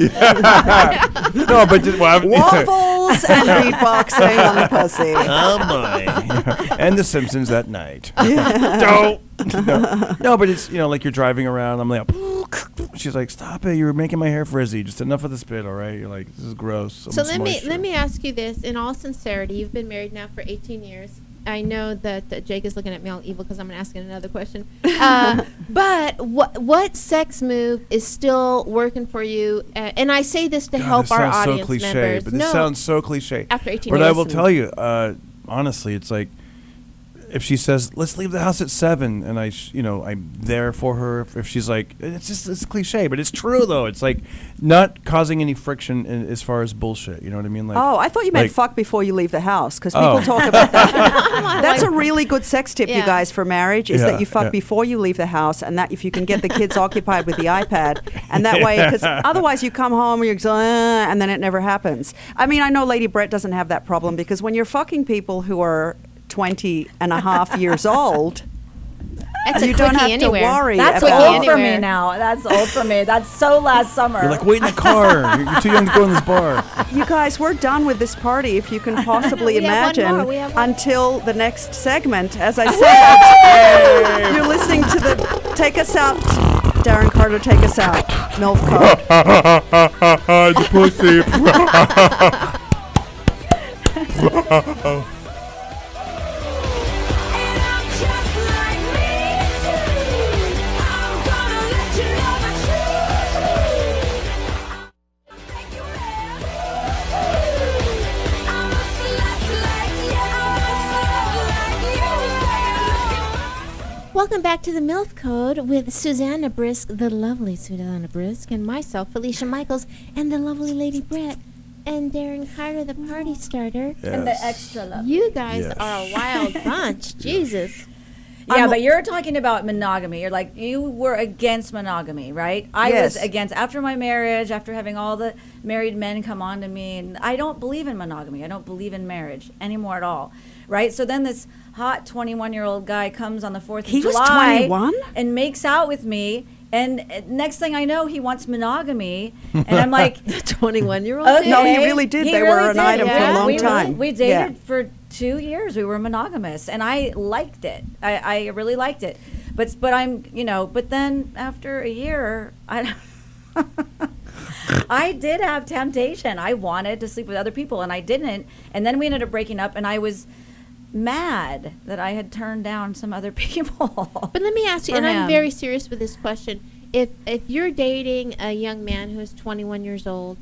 [SPEAKER 6] no, but just, well, I'm-
[SPEAKER 2] Waffles
[SPEAKER 6] *laughs*
[SPEAKER 2] and beatboxing on the pussy.
[SPEAKER 1] oh, boy.
[SPEAKER 6] *laughs* and The Simpsons
[SPEAKER 2] *laughs*
[SPEAKER 6] that night. Don't. no. No, but it's you know like you're driving around. I'm like, *laughs* she's like, stop it! You're making my hair frizzy. Just enough of the spit, all right? You're like, this is gross.
[SPEAKER 5] So let me let me ask you this in all sincerity. You've been married now for 18 years. I know that uh, Jake is looking at me all evil because I'm going to ask him another
[SPEAKER 6] *laughs*
[SPEAKER 5] question. Uh, but what what sex move is still working for you? Uh, and I say this to
[SPEAKER 6] God,
[SPEAKER 5] help
[SPEAKER 6] this
[SPEAKER 5] our
[SPEAKER 6] sounds
[SPEAKER 5] audience
[SPEAKER 6] so cliche,
[SPEAKER 5] members.
[SPEAKER 6] but this
[SPEAKER 5] no,
[SPEAKER 6] sounds so cliche.
[SPEAKER 5] After 18
[SPEAKER 6] but I
[SPEAKER 5] years
[SPEAKER 6] will
[SPEAKER 5] and-
[SPEAKER 6] tell you, uh, honestly, it's like if she says, "Let's leave the house at 7 and I, sh- you know, I'm there for her. If, if she's like, it's just it's cliche, but it's true though. It's like not causing any friction in, as far as bullshit. You know what I mean? Like,
[SPEAKER 2] Oh, I thought you meant
[SPEAKER 6] like-
[SPEAKER 2] fuck before you leave the house because
[SPEAKER 6] Oh.
[SPEAKER 2] people talk about
[SPEAKER 6] *laughs*
[SPEAKER 2] that. That's a
[SPEAKER 5] Like-
[SPEAKER 2] really good sex tip, you
[SPEAKER 5] Yeah.
[SPEAKER 2] guys, for marriage is
[SPEAKER 6] Yeah,
[SPEAKER 2] that you fuck
[SPEAKER 6] yeah.
[SPEAKER 2] before you leave the house, and that if you can get the kids occupied with the iPad, and that way, because otherwise you come home and you're just, uh, and then it never happens. I mean, I know Lady Brett doesn't have that problem because when you're fucking people who are 20 and a half years old,
[SPEAKER 5] that's a
[SPEAKER 2] you don't
[SPEAKER 5] quickie
[SPEAKER 2] have
[SPEAKER 5] anywhere.
[SPEAKER 2] to worry.
[SPEAKER 3] That's
[SPEAKER 5] Wiki
[SPEAKER 2] about
[SPEAKER 3] old for
[SPEAKER 5] anywhere.
[SPEAKER 3] me now. That's old for me. That's so last summer.
[SPEAKER 6] You're like, wait in
[SPEAKER 2] *laughs*
[SPEAKER 6] the car. you're, you're too young to go in this bar.
[SPEAKER 2] You guys, we're done with this party, if
[SPEAKER 5] *laughs*
[SPEAKER 2] you can possibly
[SPEAKER 5] We have one
[SPEAKER 2] imagine,
[SPEAKER 5] more, we have one.
[SPEAKER 2] until the next segment.
[SPEAKER 5] *laughs*
[SPEAKER 2] As I said, you're listening to the Take Us Out, Darren Carter, Take Us Out, Milf
[SPEAKER 5] *laughs*
[SPEAKER 2] Code.
[SPEAKER 6] the pussy.
[SPEAKER 4] Welcome back to the MILF Code with Susanna Brisk, the lovely Susanna Brisk, and myself, Felicia Michaels, and the lovely Lady Brett, and Darren Carter, the party starter.
[SPEAKER 3] And the extra love.
[SPEAKER 5] You guys
[SPEAKER 6] Yes.
[SPEAKER 5] are a wild bunch. Jesus.
[SPEAKER 3] Yeah,
[SPEAKER 2] I'm-
[SPEAKER 3] but you're talking about monogamy. You're like you were against monogamy, right? I
[SPEAKER 2] Yes.
[SPEAKER 3] was against after my marriage, after having all the married men come on to me and I don't believe in monogamy. I don't believe in marriage anymore at all. Right? So then this hot 21-year-old guy comes on the 4th of
[SPEAKER 2] He was
[SPEAKER 3] July
[SPEAKER 2] 21?
[SPEAKER 3] and makes out with me and uh, next thing I know he wants monogamy
[SPEAKER 2] *laughs*
[SPEAKER 3] and I'm like
[SPEAKER 1] 21 year old.
[SPEAKER 3] Okay.
[SPEAKER 2] Oh, No, he really did. They were an item
[SPEAKER 1] for a long
[SPEAKER 3] We really-
[SPEAKER 2] time.
[SPEAKER 3] we dated
[SPEAKER 2] Yeah.
[SPEAKER 3] for two years. We were monogamous, and I liked it. I, I really liked it. But but I'm you know. But then after a year, I. *laughs* I did have temptation. I wanted to sleep with other people, and I didn't. And then we ended up breaking up, and I was mad that I had turned down some other *laughs* people.
[SPEAKER 5] But let me ask you,
[SPEAKER 3] for
[SPEAKER 5] and
[SPEAKER 3] him.
[SPEAKER 5] I'm very serious with this question. If if you're dating a young man who is 21 years old,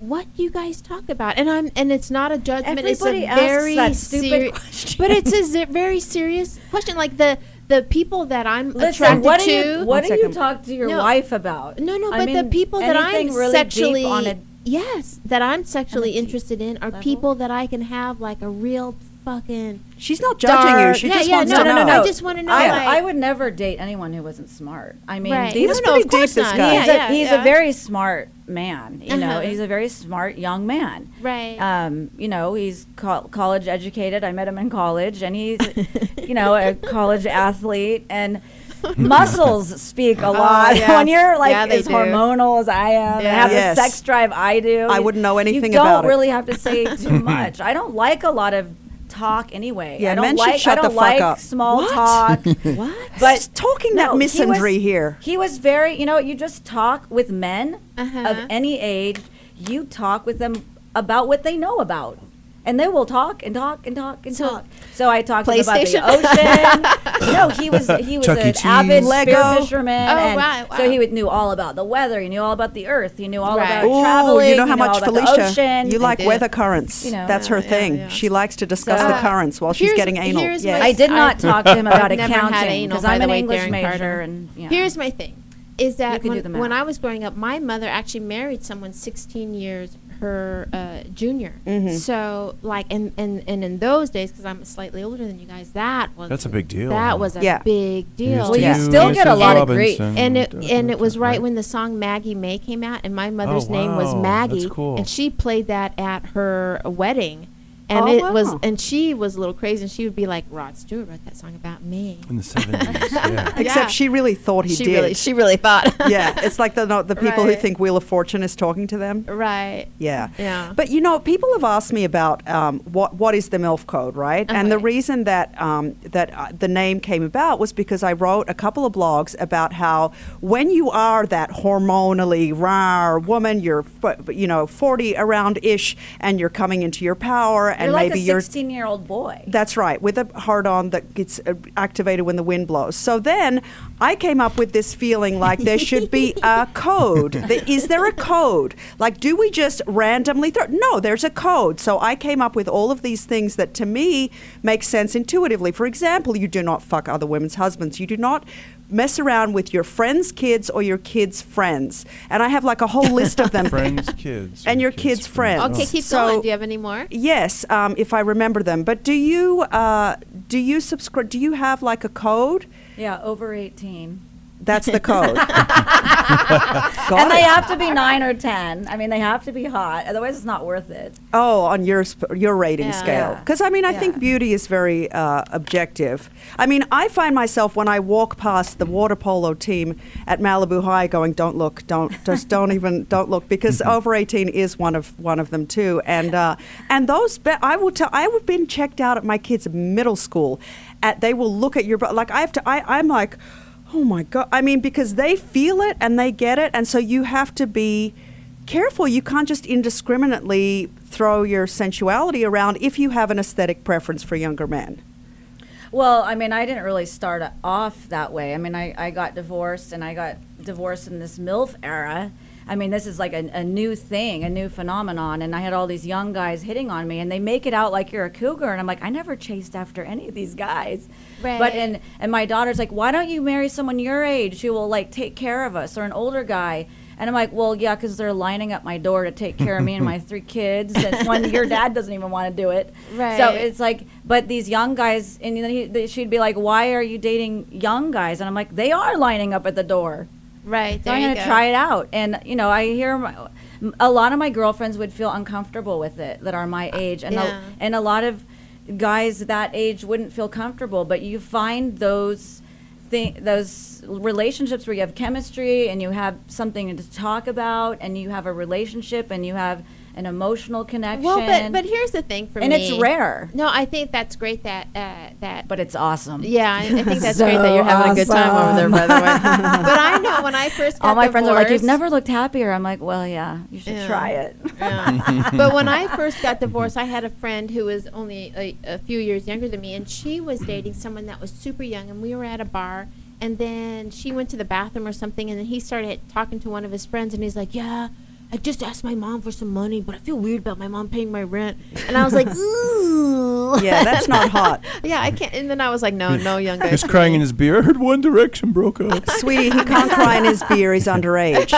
[SPEAKER 5] what do you guys talk about? And I'm and it's not a judgment.
[SPEAKER 3] Everybody
[SPEAKER 5] it's a
[SPEAKER 3] asks
[SPEAKER 5] very
[SPEAKER 3] that stupid
[SPEAKER 5] seri-
[SPEAKER 3] question.
[SPEAKER 5] but it's a ze- very serious question. Like the the people that I'm
[SPEAKER 3] Listen,
[SPEAKER 5] attracted
[SPEAKER 3] what do
[SPEAKER 5] to.
[SPEAKER 3] you what
[SPEAKER 2] One
[SPEAKER 3] do you
[SPEAKER 2] second.
[SPEAKER 3] talk to your
[SPEAKER 5] No.
[SPEAKER 3] wife about?
[SPEAKER 5] no, no,
[SPEAKER 3] I
[SPEAKER 5] but the
[SPEAKER 3] mean,
[SPEAKER 5] people that I'm
[SPEAKER 3] anything really deep
[SPEAKER 5] sexually
[SPEAKER 3] on a
[SPEAKER 5] yes that I'm
[SPEAKER 3] On
[SPEAKER 5] sexually
[SPEAKER 3] a deep
[SPEAKER 5] interested in are
[SPEAKER 3] level?
[SPEAKER 5] people that I can have like a real fucking
[SPEAKER 2] She's not judging you.
[SPEAKER 5] dark-
[SPEAKER 2] She
[SPEAKER 5] yeah,
[SPEAKER 2] just
[SPEAKER 5] yeah,
[SPEAKER 2] wants
[SPEAKER 5] no,
[SPEAKER 2] to
[SPEAKER 5] no, no,
[SPEAKER 2] know.
[SPEAKER 5] no. I just want to know.
[SPEAKER 3] I,
[SPEAKER 5] like,
[SPEAKER 3] I would never date anyone who wasn't smart. I mean,
[SPEAKER 5] Right.
[SPEAKER 3] he's,
[SPEAKER 2] was
[SPEAKER 5] no, no,
[SPEAKER 2] pretty
[SPEAKER 5] of
[SPEAKER 2] deep,
[SPEAKER 5] course
[SPEAKER 2] this
[SPEAKER 5] not.
[SPEAKER 2] guy.
[SPEAKER 5] Yeah,
[SPEAKER 3] he's
[SPEAKER 5] yeah,
[SPEAKER 3] a, he's
[SPEAKER 5] yeah.
[SPEAKER 3] a very smart man. You know,
[SPEAKER 5] Uh-huh.
[SPEAKER 3] he's a very smart young man.
[SPEAKER 5] Right.
[SPEAKER 3] Um, you know, he's col- college educated. I met him in college, and he's, you know, a college athlete.
[SPEAKER 2] *laughs*
[SPEAKER 3] And muscles speak
[SPEAKER 2] Oh,
[SPEAKER 3] a lot *laughs*
[SPEAKER 1] yeah.
[SPEAKER 3] when you're like
[SPEAKER 1] Yeah, they
[SPEAKER 3] as
[SPEAKER 1] do.
[SPEAKER 3] hormonal as I am. and
[SPEAKER 1] Yeah.
[SPEAKER 3] have
[SPEAKER 2] Yes.
[SPEAKER 3] the sex drive I do.
[SPEAKER 2] I
[SPEAKER 3] you-
[SPEAKER 2] wouldn't know anything
[SPEAKER 3] You don't
[SPEAKER 2] about it.
[SPEAKER 3] really have to
[SPEAKER 2] *laughs*
[SPEAKER 3] say too much. I don't like a lot of talk anyway.
[SPEAKER 2] Yeah,
[SPEAKER 3] I don't
[SPEAKER 2] men should
[SPEAKER 3] like
[SPEAKER 2] shut
[SPEAKER 3] I
[SPEAKER 2] the
[SPEAKER 3] don't
[SPEAKER 2] fuck
[SPEAKER 3] like
[SPEAKER 2] up.
[SPEAKER 3] small
[SPEAKER 2] What?
[SPEAKER 3] talk.
[SPEAKER 2] *laughs* what?
[SPEAKER 3] But-
[SPEAKER 2] She's talking
[SPEAKER 3] No,
[SPEAKER 2] that
[SPEAKER 3] he
[SPEAKER 2] misandry
[SPEAKER 3] was-
[SPEAKER 2] here.
[SPEAKER 3] He was very, you know, you just talk with men of
[SPEAKER 5] Uh-huh.
[SPEAKER 3] any age. You talk with them about what they know about. And they will talk and talk and talk and
[SPEAKER 5] So-
[SPEAKER 3] talk. So I talked to him about the
[SPEAKER 1] PlayStation?
[SPEAKER 5] *laughs*
[SPEAKER 3] ocean. no, he was he was
[SPEAKER 6] Chuck E.
[SPEAKER 3] an
[SPEAKER 6] Cheese.
[SPEAKER 3] avid spear
[SPEAKER 2] Lego.
[SPEAKER 3] fisherman.
[SPEAKER 5] Oh,
[SPEAKER 3] and
[SPEAKER 5] wow,
[SPEAKER 3] So
[SPEAKER 5] wow.
[SPEAKER 3] he would, knew all about the weather. He knew all about the earth. He knew all
[SPEAKER 1] Right.
[SPEAKER 3] about
[SPEAKER 1] Ooh,
[SPEAKER 2] Oh,
[SPEAKER 3] traveling.
[SPEAKER 2] you know how
[SPEAKER 3] he knew
[SPEAKER 2] much
[SPEAKER 3] all about
[SPEAKER 2] Felicia.
[SPEAKER 3] The ocean.
[SPEAKER 2] You like
[SPEAKER 1] do.
[SPEAKER 2] weather currents.
[SPEAKER 3] You know.
[SPEAKER 2] That's her
[SPEAKER 1] Yeah,
[SPEAKER 2] thing.
[SPEAKER 1] yeah.
[SPEAKER 2] She likes to discuss
[SPEAKER 3] So-
[SPEAKER 2] the currents while she's
[SPEAKER 5] uh, Here's-
[SPEAKER 2] getting anal.
[SPEAKER 5] here's
[SPEAKER 2] Yes.
[SPEAKER 5] my-
[SPEAKER 3] I did
[SPEAKER 5] I-
[SPEAKER 3] not talk
[SPEAKER 5] *laughs*
[SPEAKER 3] to him about
[SPEAKER 5] I've never had
[SPEAKER 3] accounting
[SPEAKER 5] anal,
[SPEAKER 3] because
[SPEAKER 5] by
[SPEAKER 3] I'm
[SPEAKER 5] the
[SPEAKER 3] an
[SPEAKER 5] way,
[SPEAKER 3] English
[SPEAKER 5] Darren
[SPEAKER 3] major.
[SPEAKER 5] Carter.
[SPEAKER 3] And yeah.
[SPEAKER 5] Here's my thing is that
[SPEAKER 3] can do the
[SPEAKER 5] when,
[SPEAKER 3] math.
[SPEAKER 5] when I was growing up, my mother actually married someone 16 years her uh, junior.
[SPEAKER 3] Mm-hmm.
[SPEAKER 5] So, like, and, and, and in those days, because I'm slightly older than you guys, that was
[SPEAKER 6] That's a big deal.
[SPEAKER 5] That was a
[SPEAKER 2] Yeah.
[SPEAKER 5] big deal.
[SPEAKER 3] Well, to you use- still get a lot of grief.
[SPEAKER 5] and it
[SPEAKER 6] uh,
[SPEAKER 5] and it was right when the song Maggie May came out, and my mother's name was
[SPEAKER 6] wow.
[SPEAKER 5] Maggie,
[SPEAKER 6] That's cool.
[SPEAKER 5] and she played that at her wedding, and
[SPEAKER 2] Oh,
[SPEAKER 5] it was
[SPEAKER 2] wow.
[SPEAKER 5] and she was a little crazy, and she would be like, "Rod Stewart wrote that song about me."
[SPEAKER 6] in the seventies. yeah.
[SPEAKER 2] Except
[SPEAKER 5] Yeah.
[SPEAKER 2] she really thought he
[SPEAKER 5] she
[SPEAKER 2] did.
[SPEAKER 5] really, she really
[SPEAKER 3] *laughs*
[SPEAKER 5] thought. *laughs*
[SPEAKER 2] yeah, it's like the, not the people who
[SPEAKER 5] Right.
[SPEAKER 2] think Wheel of Fortune is talking to them.
[SPEAKER 5] right.
[SPEAKER 2] Yeah.
[SPEAKER 5] Yeah.
[SPEAKER 2] But you know, people have asked me about um, what what is the MILF code, right? And the
[SPEAKER 5] Uh-huh.
[SPEAKER 2] reason that um, that uh, the name came about was because I wrote a couple of blogs about how when you are that hormonally rah woman, you're f- you know forty around ish, and you're coming into your power, and
[SPEAKER 3] You're like
[SPEAKER 2] maybe
[SPEAKER 3] a
[SPEAKER 2] you're
[SPEAKER 3] 16 year old boy.
[SPEAKER 2] that's right, with a hard on that gets uh, activated when the wind blows. So then I came up with this feeling like there should be a code. The- Is there a code? Like, do we just randomly throw? No, there's a code. So I came up with all of these things that to me make sense intuitively. For example, you do not fuck other women's husbands. You do not mess around with your friends' kids or your kids' friends. And I have like a whole list of them.
[SPEAKER 6] friends, kids,
[SPEAKER 2] And your kids' friends.
[SPEAKER 5] Okay,
[SPEAKER 2] Oh.
[SPEAKER 5] keep
[SPEAKER 2] So-
[SPEAKER 5] going. Do you have any more?
[SPEAKER 2] Yes, um, if I remember them. But do you uh, do you subscribe? Do you have like a code?
[SPEAKER 3] Yeah, over 18.
[SPEAKER 2] That's the code. Got
[SPEAKER 3] and they
[SPEAKER 2] it.
[SPEAKER 3] have to be nine or ten. I mean, they have to be hot. Otherwise, it's not worth it.
[SPEAKER 2] oh, on your sp- your rating
[SPEAKER 5] Yeah.
[SPEAKER 2] scale.
[SPEAKER 3] Yeah.
[SPEAKER 2] Because I mean, I think
[SPEAKER 3] Yeah.
[SPEAKER 2] beauty is very uh, objective. I mean, I find myself when I walk past the water polo team at Malibu High, going, "Don't look, don't just
[SPEAKER 3] *laughs*
[SPEAKER 2] don't even don't look," because
[SPEAKER 3] Mm-hmm.
[SPEAKER 2] over eighteen is one of one of them too. And uh, and those be- I will tell I have been checked out at my kids' middle school. At they will look at your butt like I have to. I I'm like. Oh my god! I mean, because they feel it and they get it, and so you have to be careful. You can't just indiscriminately throw your sensuality around if you have an aesthetic preference for younger men.
[SPEAKER 3] Well, I mean, I didn't really start off that way. I mean, I, I got divorced and I got divorced in this MILF era. I mean, this is like a, a new thing, a new phenomenon. And I had all these young guys hitting on me, and they make it out like you're a cougar. And I'm like, I never chased after any of these guys. But
[SPEAKER 5] Right.
[SPEAKER 3] and and my daughter's like, why don't you marry someone your age who will like take care of us, or an older guy? And I'm like, well, yeah, because they're lining up my door to take care of me and my three kids. And one, your dad doesn't even want to do it. So
[SPEAKER 5] Right.
[SPEAKER 3] it's like, but these young guys, and then he, they- she'd be like, why are you dating young guys? And I'm like, they are lining up at the door.
[SPEAKER 5] Right.
[SPEAKER 3] So
[SPEAKER 5] There
[SPEAKER 3] I'm
[SPEAKER 5] you
[SPEAKER 3] going
[SPEAKER 5] go.
[SPEAKER 3] to try it out. And, you know, I hear my, a lot of my girlfriends would feel uncomfortable with it that are my age. And,
[SPEAKER 5] Yeah.
[SPEAKER 3] a, and a lot of guys that age wouldn't feel comfortable. But you find those thi- those relationships where you have chemistry and you have something to talk about and you have a relationship and you have an emotional connection.
[SPEAKER 5] Well, but but here's the thing for
[SPEAKER 3] and
[SPEAKER 5] me.
[SPEAKER 3] it's rare,
[SPEAKER 5] No, I think that's great that uh, that.
[SPEAKER 3] but it's awesome.
[SPEAKER 5] yeah, I, I
[SPEAKER 3] *laughs*
[SPEAKER 5] think that's
[SPEAKER 3] So
[SPEAKER 5] great that you're having a good time over there. By the way, but I know when I first got
[SPEAKER 3] All my friends are like, "You've
[SPEAKER 5] divorced-
[SPEAKER 3] never looked happier." I'm like, "Well, yeah, you should
[SPEAKER 5] Yeah.
[SPEAKER 3] try *laughs* it."
[SPEAKER 5] Yeah. but when I first got divorced, I had a friend who was only a, a few years younger than me, and she was dating someone that was super young, and we were at a bar. And then she went to the bathroom or something, and then he started talking to one of his friends, and he's like, "Yeah, I just asked my mom for some money, but I feel weird about my mom paying my rent." And I was *laughs* like, "Ooh,
[SPEAKER 2] Yeah, that's not
[SPEAKER 5] *laughs*
[SPEAKER 2] hot. *laughs*
[SPEAKER 5] yeah, I can't." And then I was like, "No, no, young guy."
[SPEAKER 6] He's crying in his beer. I heard One Direction broke up.
[SPEAKER 2] Sweetie, he can't cry in his beer. He's underage.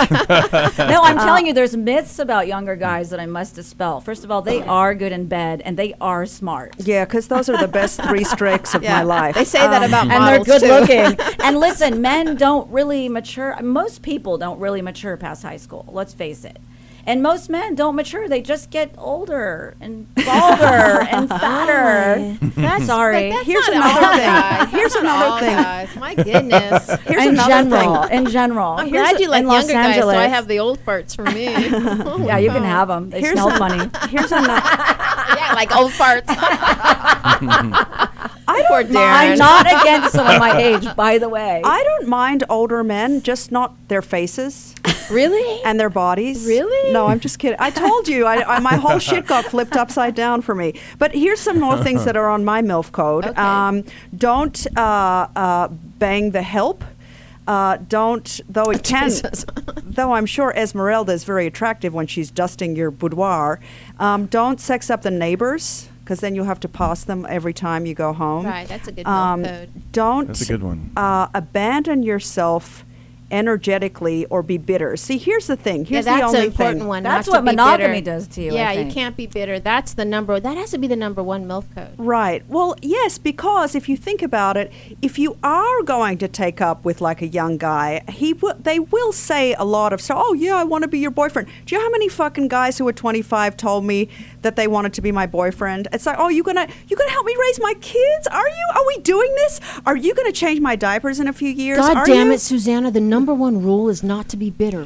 [SPEAKER 5] *laughs*
[SPEAKER 3] no, I'm
[SPEAKER 5] Uh,
[SPEAKER 3] telling you, there's myths about younger guys that I must dispel. First of all, they are good in bed and they are smart.
[SPEAKER 2] Yeah, because those are the best three strikes of my life.
[SPEAKER 5] They say that
[SPEAKER 2] Um,
[SPEAKER 5] about
[SPEAKER 3] And they're
[SPEAKER 5] models
[SPEAKER 3] good
[SPEAKER 5] too. *laughs*
[SPEAKER 3] looking. and listen, men don't really mature. Most people don't really mature past high school. Let's face it. And most men don't mature. They just get older and
[SPEAKER 5] *laughs*
[SPEAKER 3] balder and fatter.
[SPEAKER 5] That's
[SPEAKER 3] Sorry.
[SPEAKER 5] But that's
[SPEAKER 2] Here's
[SPEAKER 5] not all
[SPEAKER 2] another thing.
[SPEAKER 5] guys.
[SPEAKER 2] Here's
[SPEAKER 5] That's not
[SPEAKER 2] another
[SPEAKER 5] all
[SPEAKER 2] thing.
[SPEAKER 5] Guys. My goodness.
[SPEAKER 2] *laughs* Here's
[SPEAKER 3] in
[SPEAKER 2] another
[SPEAKER 3] general,
[SPEAKER 2] thing.
[SPEAKER 3] in general.
[SPEAKER 5] I'm
[SPEAKER 3] Here's
[SPEAKER 5] glad you like
[SPEAKER 3] in Los
[SPEAKER 5] younger guys, so I
[SPEAKER 3] Angeles.
[SPEAKER 5] have the old farts for me.
[SPEAKER 3] Oh, Yeah, you can have them. They
[SPEAKER 2] Here's
[SPEAKER 3] smell
[SPEAKER 2] a-
[SPEAKER 3] *laughs* funny.
[SPEAKER 2] Here's another.
[SPEAKER 5] yeah, like old farts. I Poor Darren.
[SPEAKER 3] I'm not against someone my age, by the way.
[SPEAKER 2] I don't mind older men, just not their faces
[SPEAKER 5] really.
[SPEAKER 2] *laughs* and their bodies.
[SPEAKER 5] Really?
[SPEAKER 2] No, I'm just kidding. I told you, I, I, my whole shit got flipped upside down for me. But here's some more things that are on my MILF code. Um,
[SPEAKER 5] Okay.
[SPEAKER 2] don't uh, uh, bang the help. Uh, don't, though
[SPEAKER 5] *laughs*
[SPEAKER 2] it can, though I'm sure Esmeralda is very attractive when she's dusting your boudoir. Um, don't sex up the neighbors, because then you'll have to pass them every time you go home. Um,
[SPEAKER 5] Right, that's a good MILF code.
[SPEAKER 2] Don't
[SPEAKER 6] That's a good one.
[SPEAKER 2] Uh, abandon yourself energetically or be bitter. See, here's the thing.
[SPEAKER 5] Yeah,
[SPEAKER 2] Here's the
[SPEAKER 5] that's
[SPEAKER 2] only
[SPEAKER 5] an important
[SPEAKER 2] thing.
[SPEAKER 5] one. not
[SPEAKER 3] That's
[SPEAKER 5] to
[SPEAKER 3] what
[SPEAKER 5] be
[SPEAKER 3] monogamy
[SPEAKER 5] bitter.
[SPEAKER 3] does to you, I
[SPEAKER 5] Yeah, you
[SPEAKER 3] think.
[SPEAKER 5] can't be bitter. That's the number. That has to be the number one MILF code.
[SPEAKER 2] Right. Well, yes, because if you think about it, if you are going to take up with like a young guy, he will, they will say a lot of stuff. Oh yeah, I want to be your boyfriend. Do you know how many fucking guys who were 25 told me that they wanted to be my boyfriend? It's like, oh, you gonna you gonna help me raise my kids? Are you? Are we doing this? Are you gonna change my diapers in a few years?
[SPEAKER 9] God
[SPEAKER 2] Are
[SPEAKER 9] damn
[SPEAKER 2] you?
[SPEAKER 9] it, Susanna, the number one rule is not to be bitter.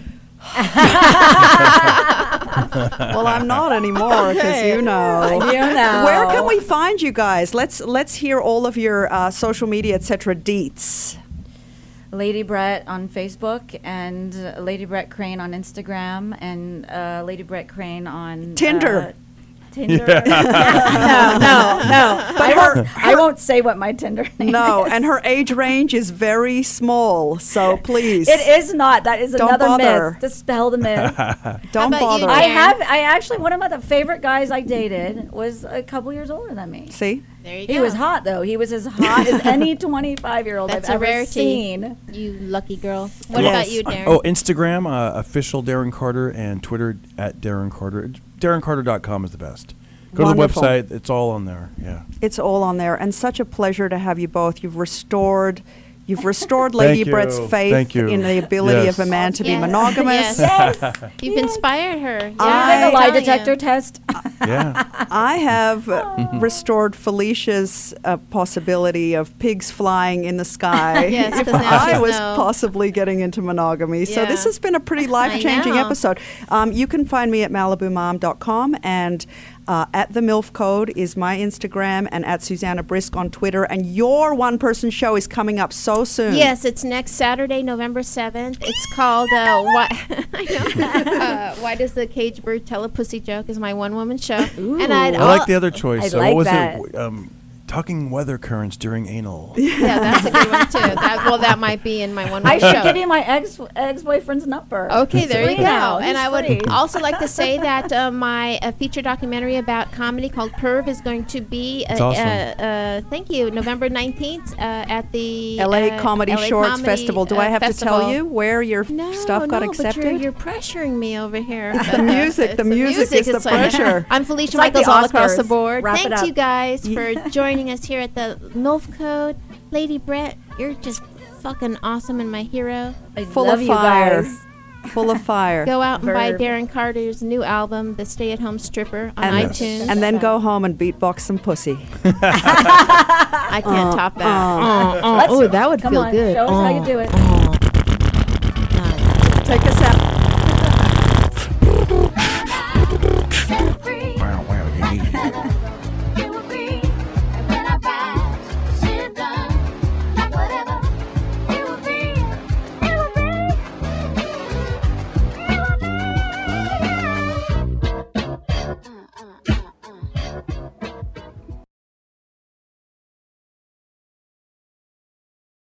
[SPEAKER 2] Well, I'm not anymore because you know.
[SPEAKER 3] You know.
[SPEAKER 2] *laughs* Where can we find you guys? Let's let's hear all of your uh, social media, etc. Deets.
[SPEAKER 3] Lady Brett on Facebook and uh, Lady Brett Crane on Instagram and uh, Lady Brett Crane on
[SPEAKER 2] Tinder.
[SPEAKER 3] uh, Tinder.
[SPEAKER 2] *laughs*
[SPEAKER 3] no, Uh, no, no. I, won't, *laughs* I won't say what my *laughs* Tinder name
[SPEAKER 2] No,
[SPEAKER 3] is.
[SPEAKER 2] and her age range is very small, so please
[SPEAKER 3] It is not. That is
[SPEAKER 2] Don't
[SPEAKER 3] another
[SPEAKER 2] bother.
[SPEAKER 3] myth. Dispel the myth.
[SPEAKER 5] How
[SPEAKER 2] don't
[SPEAKER 5] about you,
[SPEAKER 2] bother.
[SPEAKER 3] I
[SPEAKER 5] Dan?
[SPEAKER 3] have. I actually one of my the favorite guys I dated was a couple years older than me.
[SPEAKER 2] See,
[SPEAKER 5] There you go.
[SPEAKER 3] He was hot though. He was as hot *laughs* as any 25 year old I've
[SPEAKER 5] That's a
[SPEAKER 3] ever
[SPEAKER 5] rarity.
[SPEAKER 3] seen.
[SPEAKER 5] You lucky girl. What
[SPEAKER 2] Yes.
[SPEAKER 5] about you, Darren?
[SPEAKER 6] Oh, Instagram, uh, official Darren Carter, and Twitter at Darren Carter. DarrenCarter.com is the best. Go
[SPEAKER 2] Wonderful.
[SPEAKER 6] to the website. It's all on there. Yeah.
[SPEAKER 2] it's all on there, and such a pleasure to have you both. You've restored. You've restored Lady
[SPEAKER 6] *laughs* Thank
[SPEAKER 2] Brett's
[SPEAKER 6] you.
[SPEAKER 2] faith
[SPEAKER 6] Thank you.
[SPEAKER 2] in the ability
[SPEAKER 6] Yes.
[SPEAKER 2] of a man to be
[SPEAKER 5] Yes.
[SPEAKER 2] monogamous.
[SPEAKER 5] Yes.
[SPEAKER 3] Yes.
[SPEAKER 5] *laughs* You've inspired her. Yeah,
[SPEAKER 2] I-
[SPEAKER 3] Like
[SPEAKER 5] I'm
[SPEAKER 3] a lie
[SPEAKER 5] telling you.
[SPEAKER 3] detector test.
[SPEAKER 6] Yeah.
[SPEAKER 2] I have uh, *laughs* restored Felicia's uh, possibility of pigs flying in the sky.
[SPEAKER 5] *laughs* Yes,
[SPEAKER 2] if
[SPEAKER 5] 'cause now
[SPEAKER 2] I
[SPEAKER 5] she's
[SPEAKER 2] was
[SPEAKER 5] no-
[SPEAKER 2] possibly getting into monogamy. So this
[SPEAKER 5] Yeah.
[SPEAKER 2] has been a
[SPEAKER 5] *laughs*
[SPEAKER 2] pretty life changing
[SPEAKER 5] know.
[SPEAKER 2] episode. Um, you can find me at malibumom.com and uh, at the MILF Code is my Instagram and at Susanna Brisk on Twitter. And your one person show is coming up so soon.
[SPEAKER 5] Yes, it's next Saturday, November 7th. It's called uh, Why *laughs* I know. Uh, Why Does the Cage Bird Tell a Pussy Joke is my one woman show. And I'd
[SPEAKER 6] I like the other choice.
[SPEAKER 3] I
[SPEAKER 6] Uh,
[SPEAKER 3] like
[SPEAKER 5] *laughs*
[SPEAKER 6] what was
[SPEAKER 3] that.
[SPEAKER 6] it? Um,
[SPEAKER 10] tugging weather currents during anal.
[SPEAKER 5] Yeah, that's a good one
[SPEAKER 6] *laughs*
[SPEAKER 5] too. That, well, that might be in my one.
[SPEAKER 3] I
[SPEAKER 5] show.
[SPEAKER 3] should give you my ex ex boyfriend's number.
[SPEAKER 5] Okay,
[SPEAKER 3] It's
[SPEAKER 5] there you
[SPEAKER 3] free
[SPEAKER 5] go.
[SPEAKER 3] now.
[SPEAKER 5] And
[SPEAKER 3] He's
[SPEAKER 5] I would
[SPEAKER 3] free.
[SPEAKER 5] also like to say that uh, my uh, feature documentary about comedy called Perv is going to be. Uh,
[SPEAKER 10] It's awesome.
[SPEAKER 5] uh, uh, thank you, November nineteenth uh, at the
[SPEAKER 2] LA
[SPEAKER 5] uh,
[SPEAKER 2] Comedy
[SPEAKER 5] LA
[SPEAKER 2] Shorts
[SPEAKER 5] Comedy,
[SPEAKER 2] Festival. Do I
[SPEAKER 5] uh,
[SPEAKER 2] have to tell
[SPEAKER 5] Festival.
[SPEAKER 2] you where your f-
[SPEAKER 5] No,
[SPEAKER 2] stuff got
[SPEAKER 5] no,
[SPEAKER 2] accepted?
[SPEAKER 5] But you're, you're pressuring me over here.
[SPEAKER 2] It's the music.
[SPEAKER 5] It's
[SPEAKER 2] The music is the
[SPEAKER 5] It's like-
[SPEAKER 2] pressure.
[SPEAKER 5] *laughs* I'm Felicia
[SPEAKER 3] It's like the
[SPEAKER 5] Michaels all across
[SPEAKER 3] Oscars.
[SPEAKER 5] the board.
[SPEAKER 3] Wrap it
[SPEAKER 5] Thank you
[SPEAKER 3] up.
[SPEAKER 5] guys
[SPEAKER 11] for joining us here at the MILF Code. Lady Brett, you're just fucking awesome and my hero.
[SPEAKER 3] *laughs* I
[SPEAKER 2] Full
[SPEAKER 3] love
[SPEAKER 2] of
[SPEAKER 3] you
[SPEAKER 2] fire.
[SPEAKER 3] guys.
[SPEAKER 2] Full of
[SPEAKER 5] *laughs*
[SPEAKER 2] fire.
[SPEAKER 5] Go out and buy
[SPEAKER 3] Verb.
[SPEAKER 5] Darren Carter's new album, The Stay at Home Stripper, on
[SPEAKER 2] and,
[SPEAKER 5] iTunes.
[SPEAKER 2] and then go home and beatbox some pussy.
[SPEAKER 5] I
[SPEAKER 2] uh,
[SPEAKER 5] can't top that.
[SPEAKER 1] Oh, that would
[SPEAKER 3] Come
[SPEAKER 1] feel
[SPEAKER 3] on,
[SPEAKER 2] Oh.
[SPEAKER 1] good.
[SPEAKER 3] show us how you
[SPEAKER 1] Uh,
[SPEAKER 3] do it.
[SPEAKER 1] uh.
[SPEAKER 2] Take us out.
[SPEAKER 4] Uh,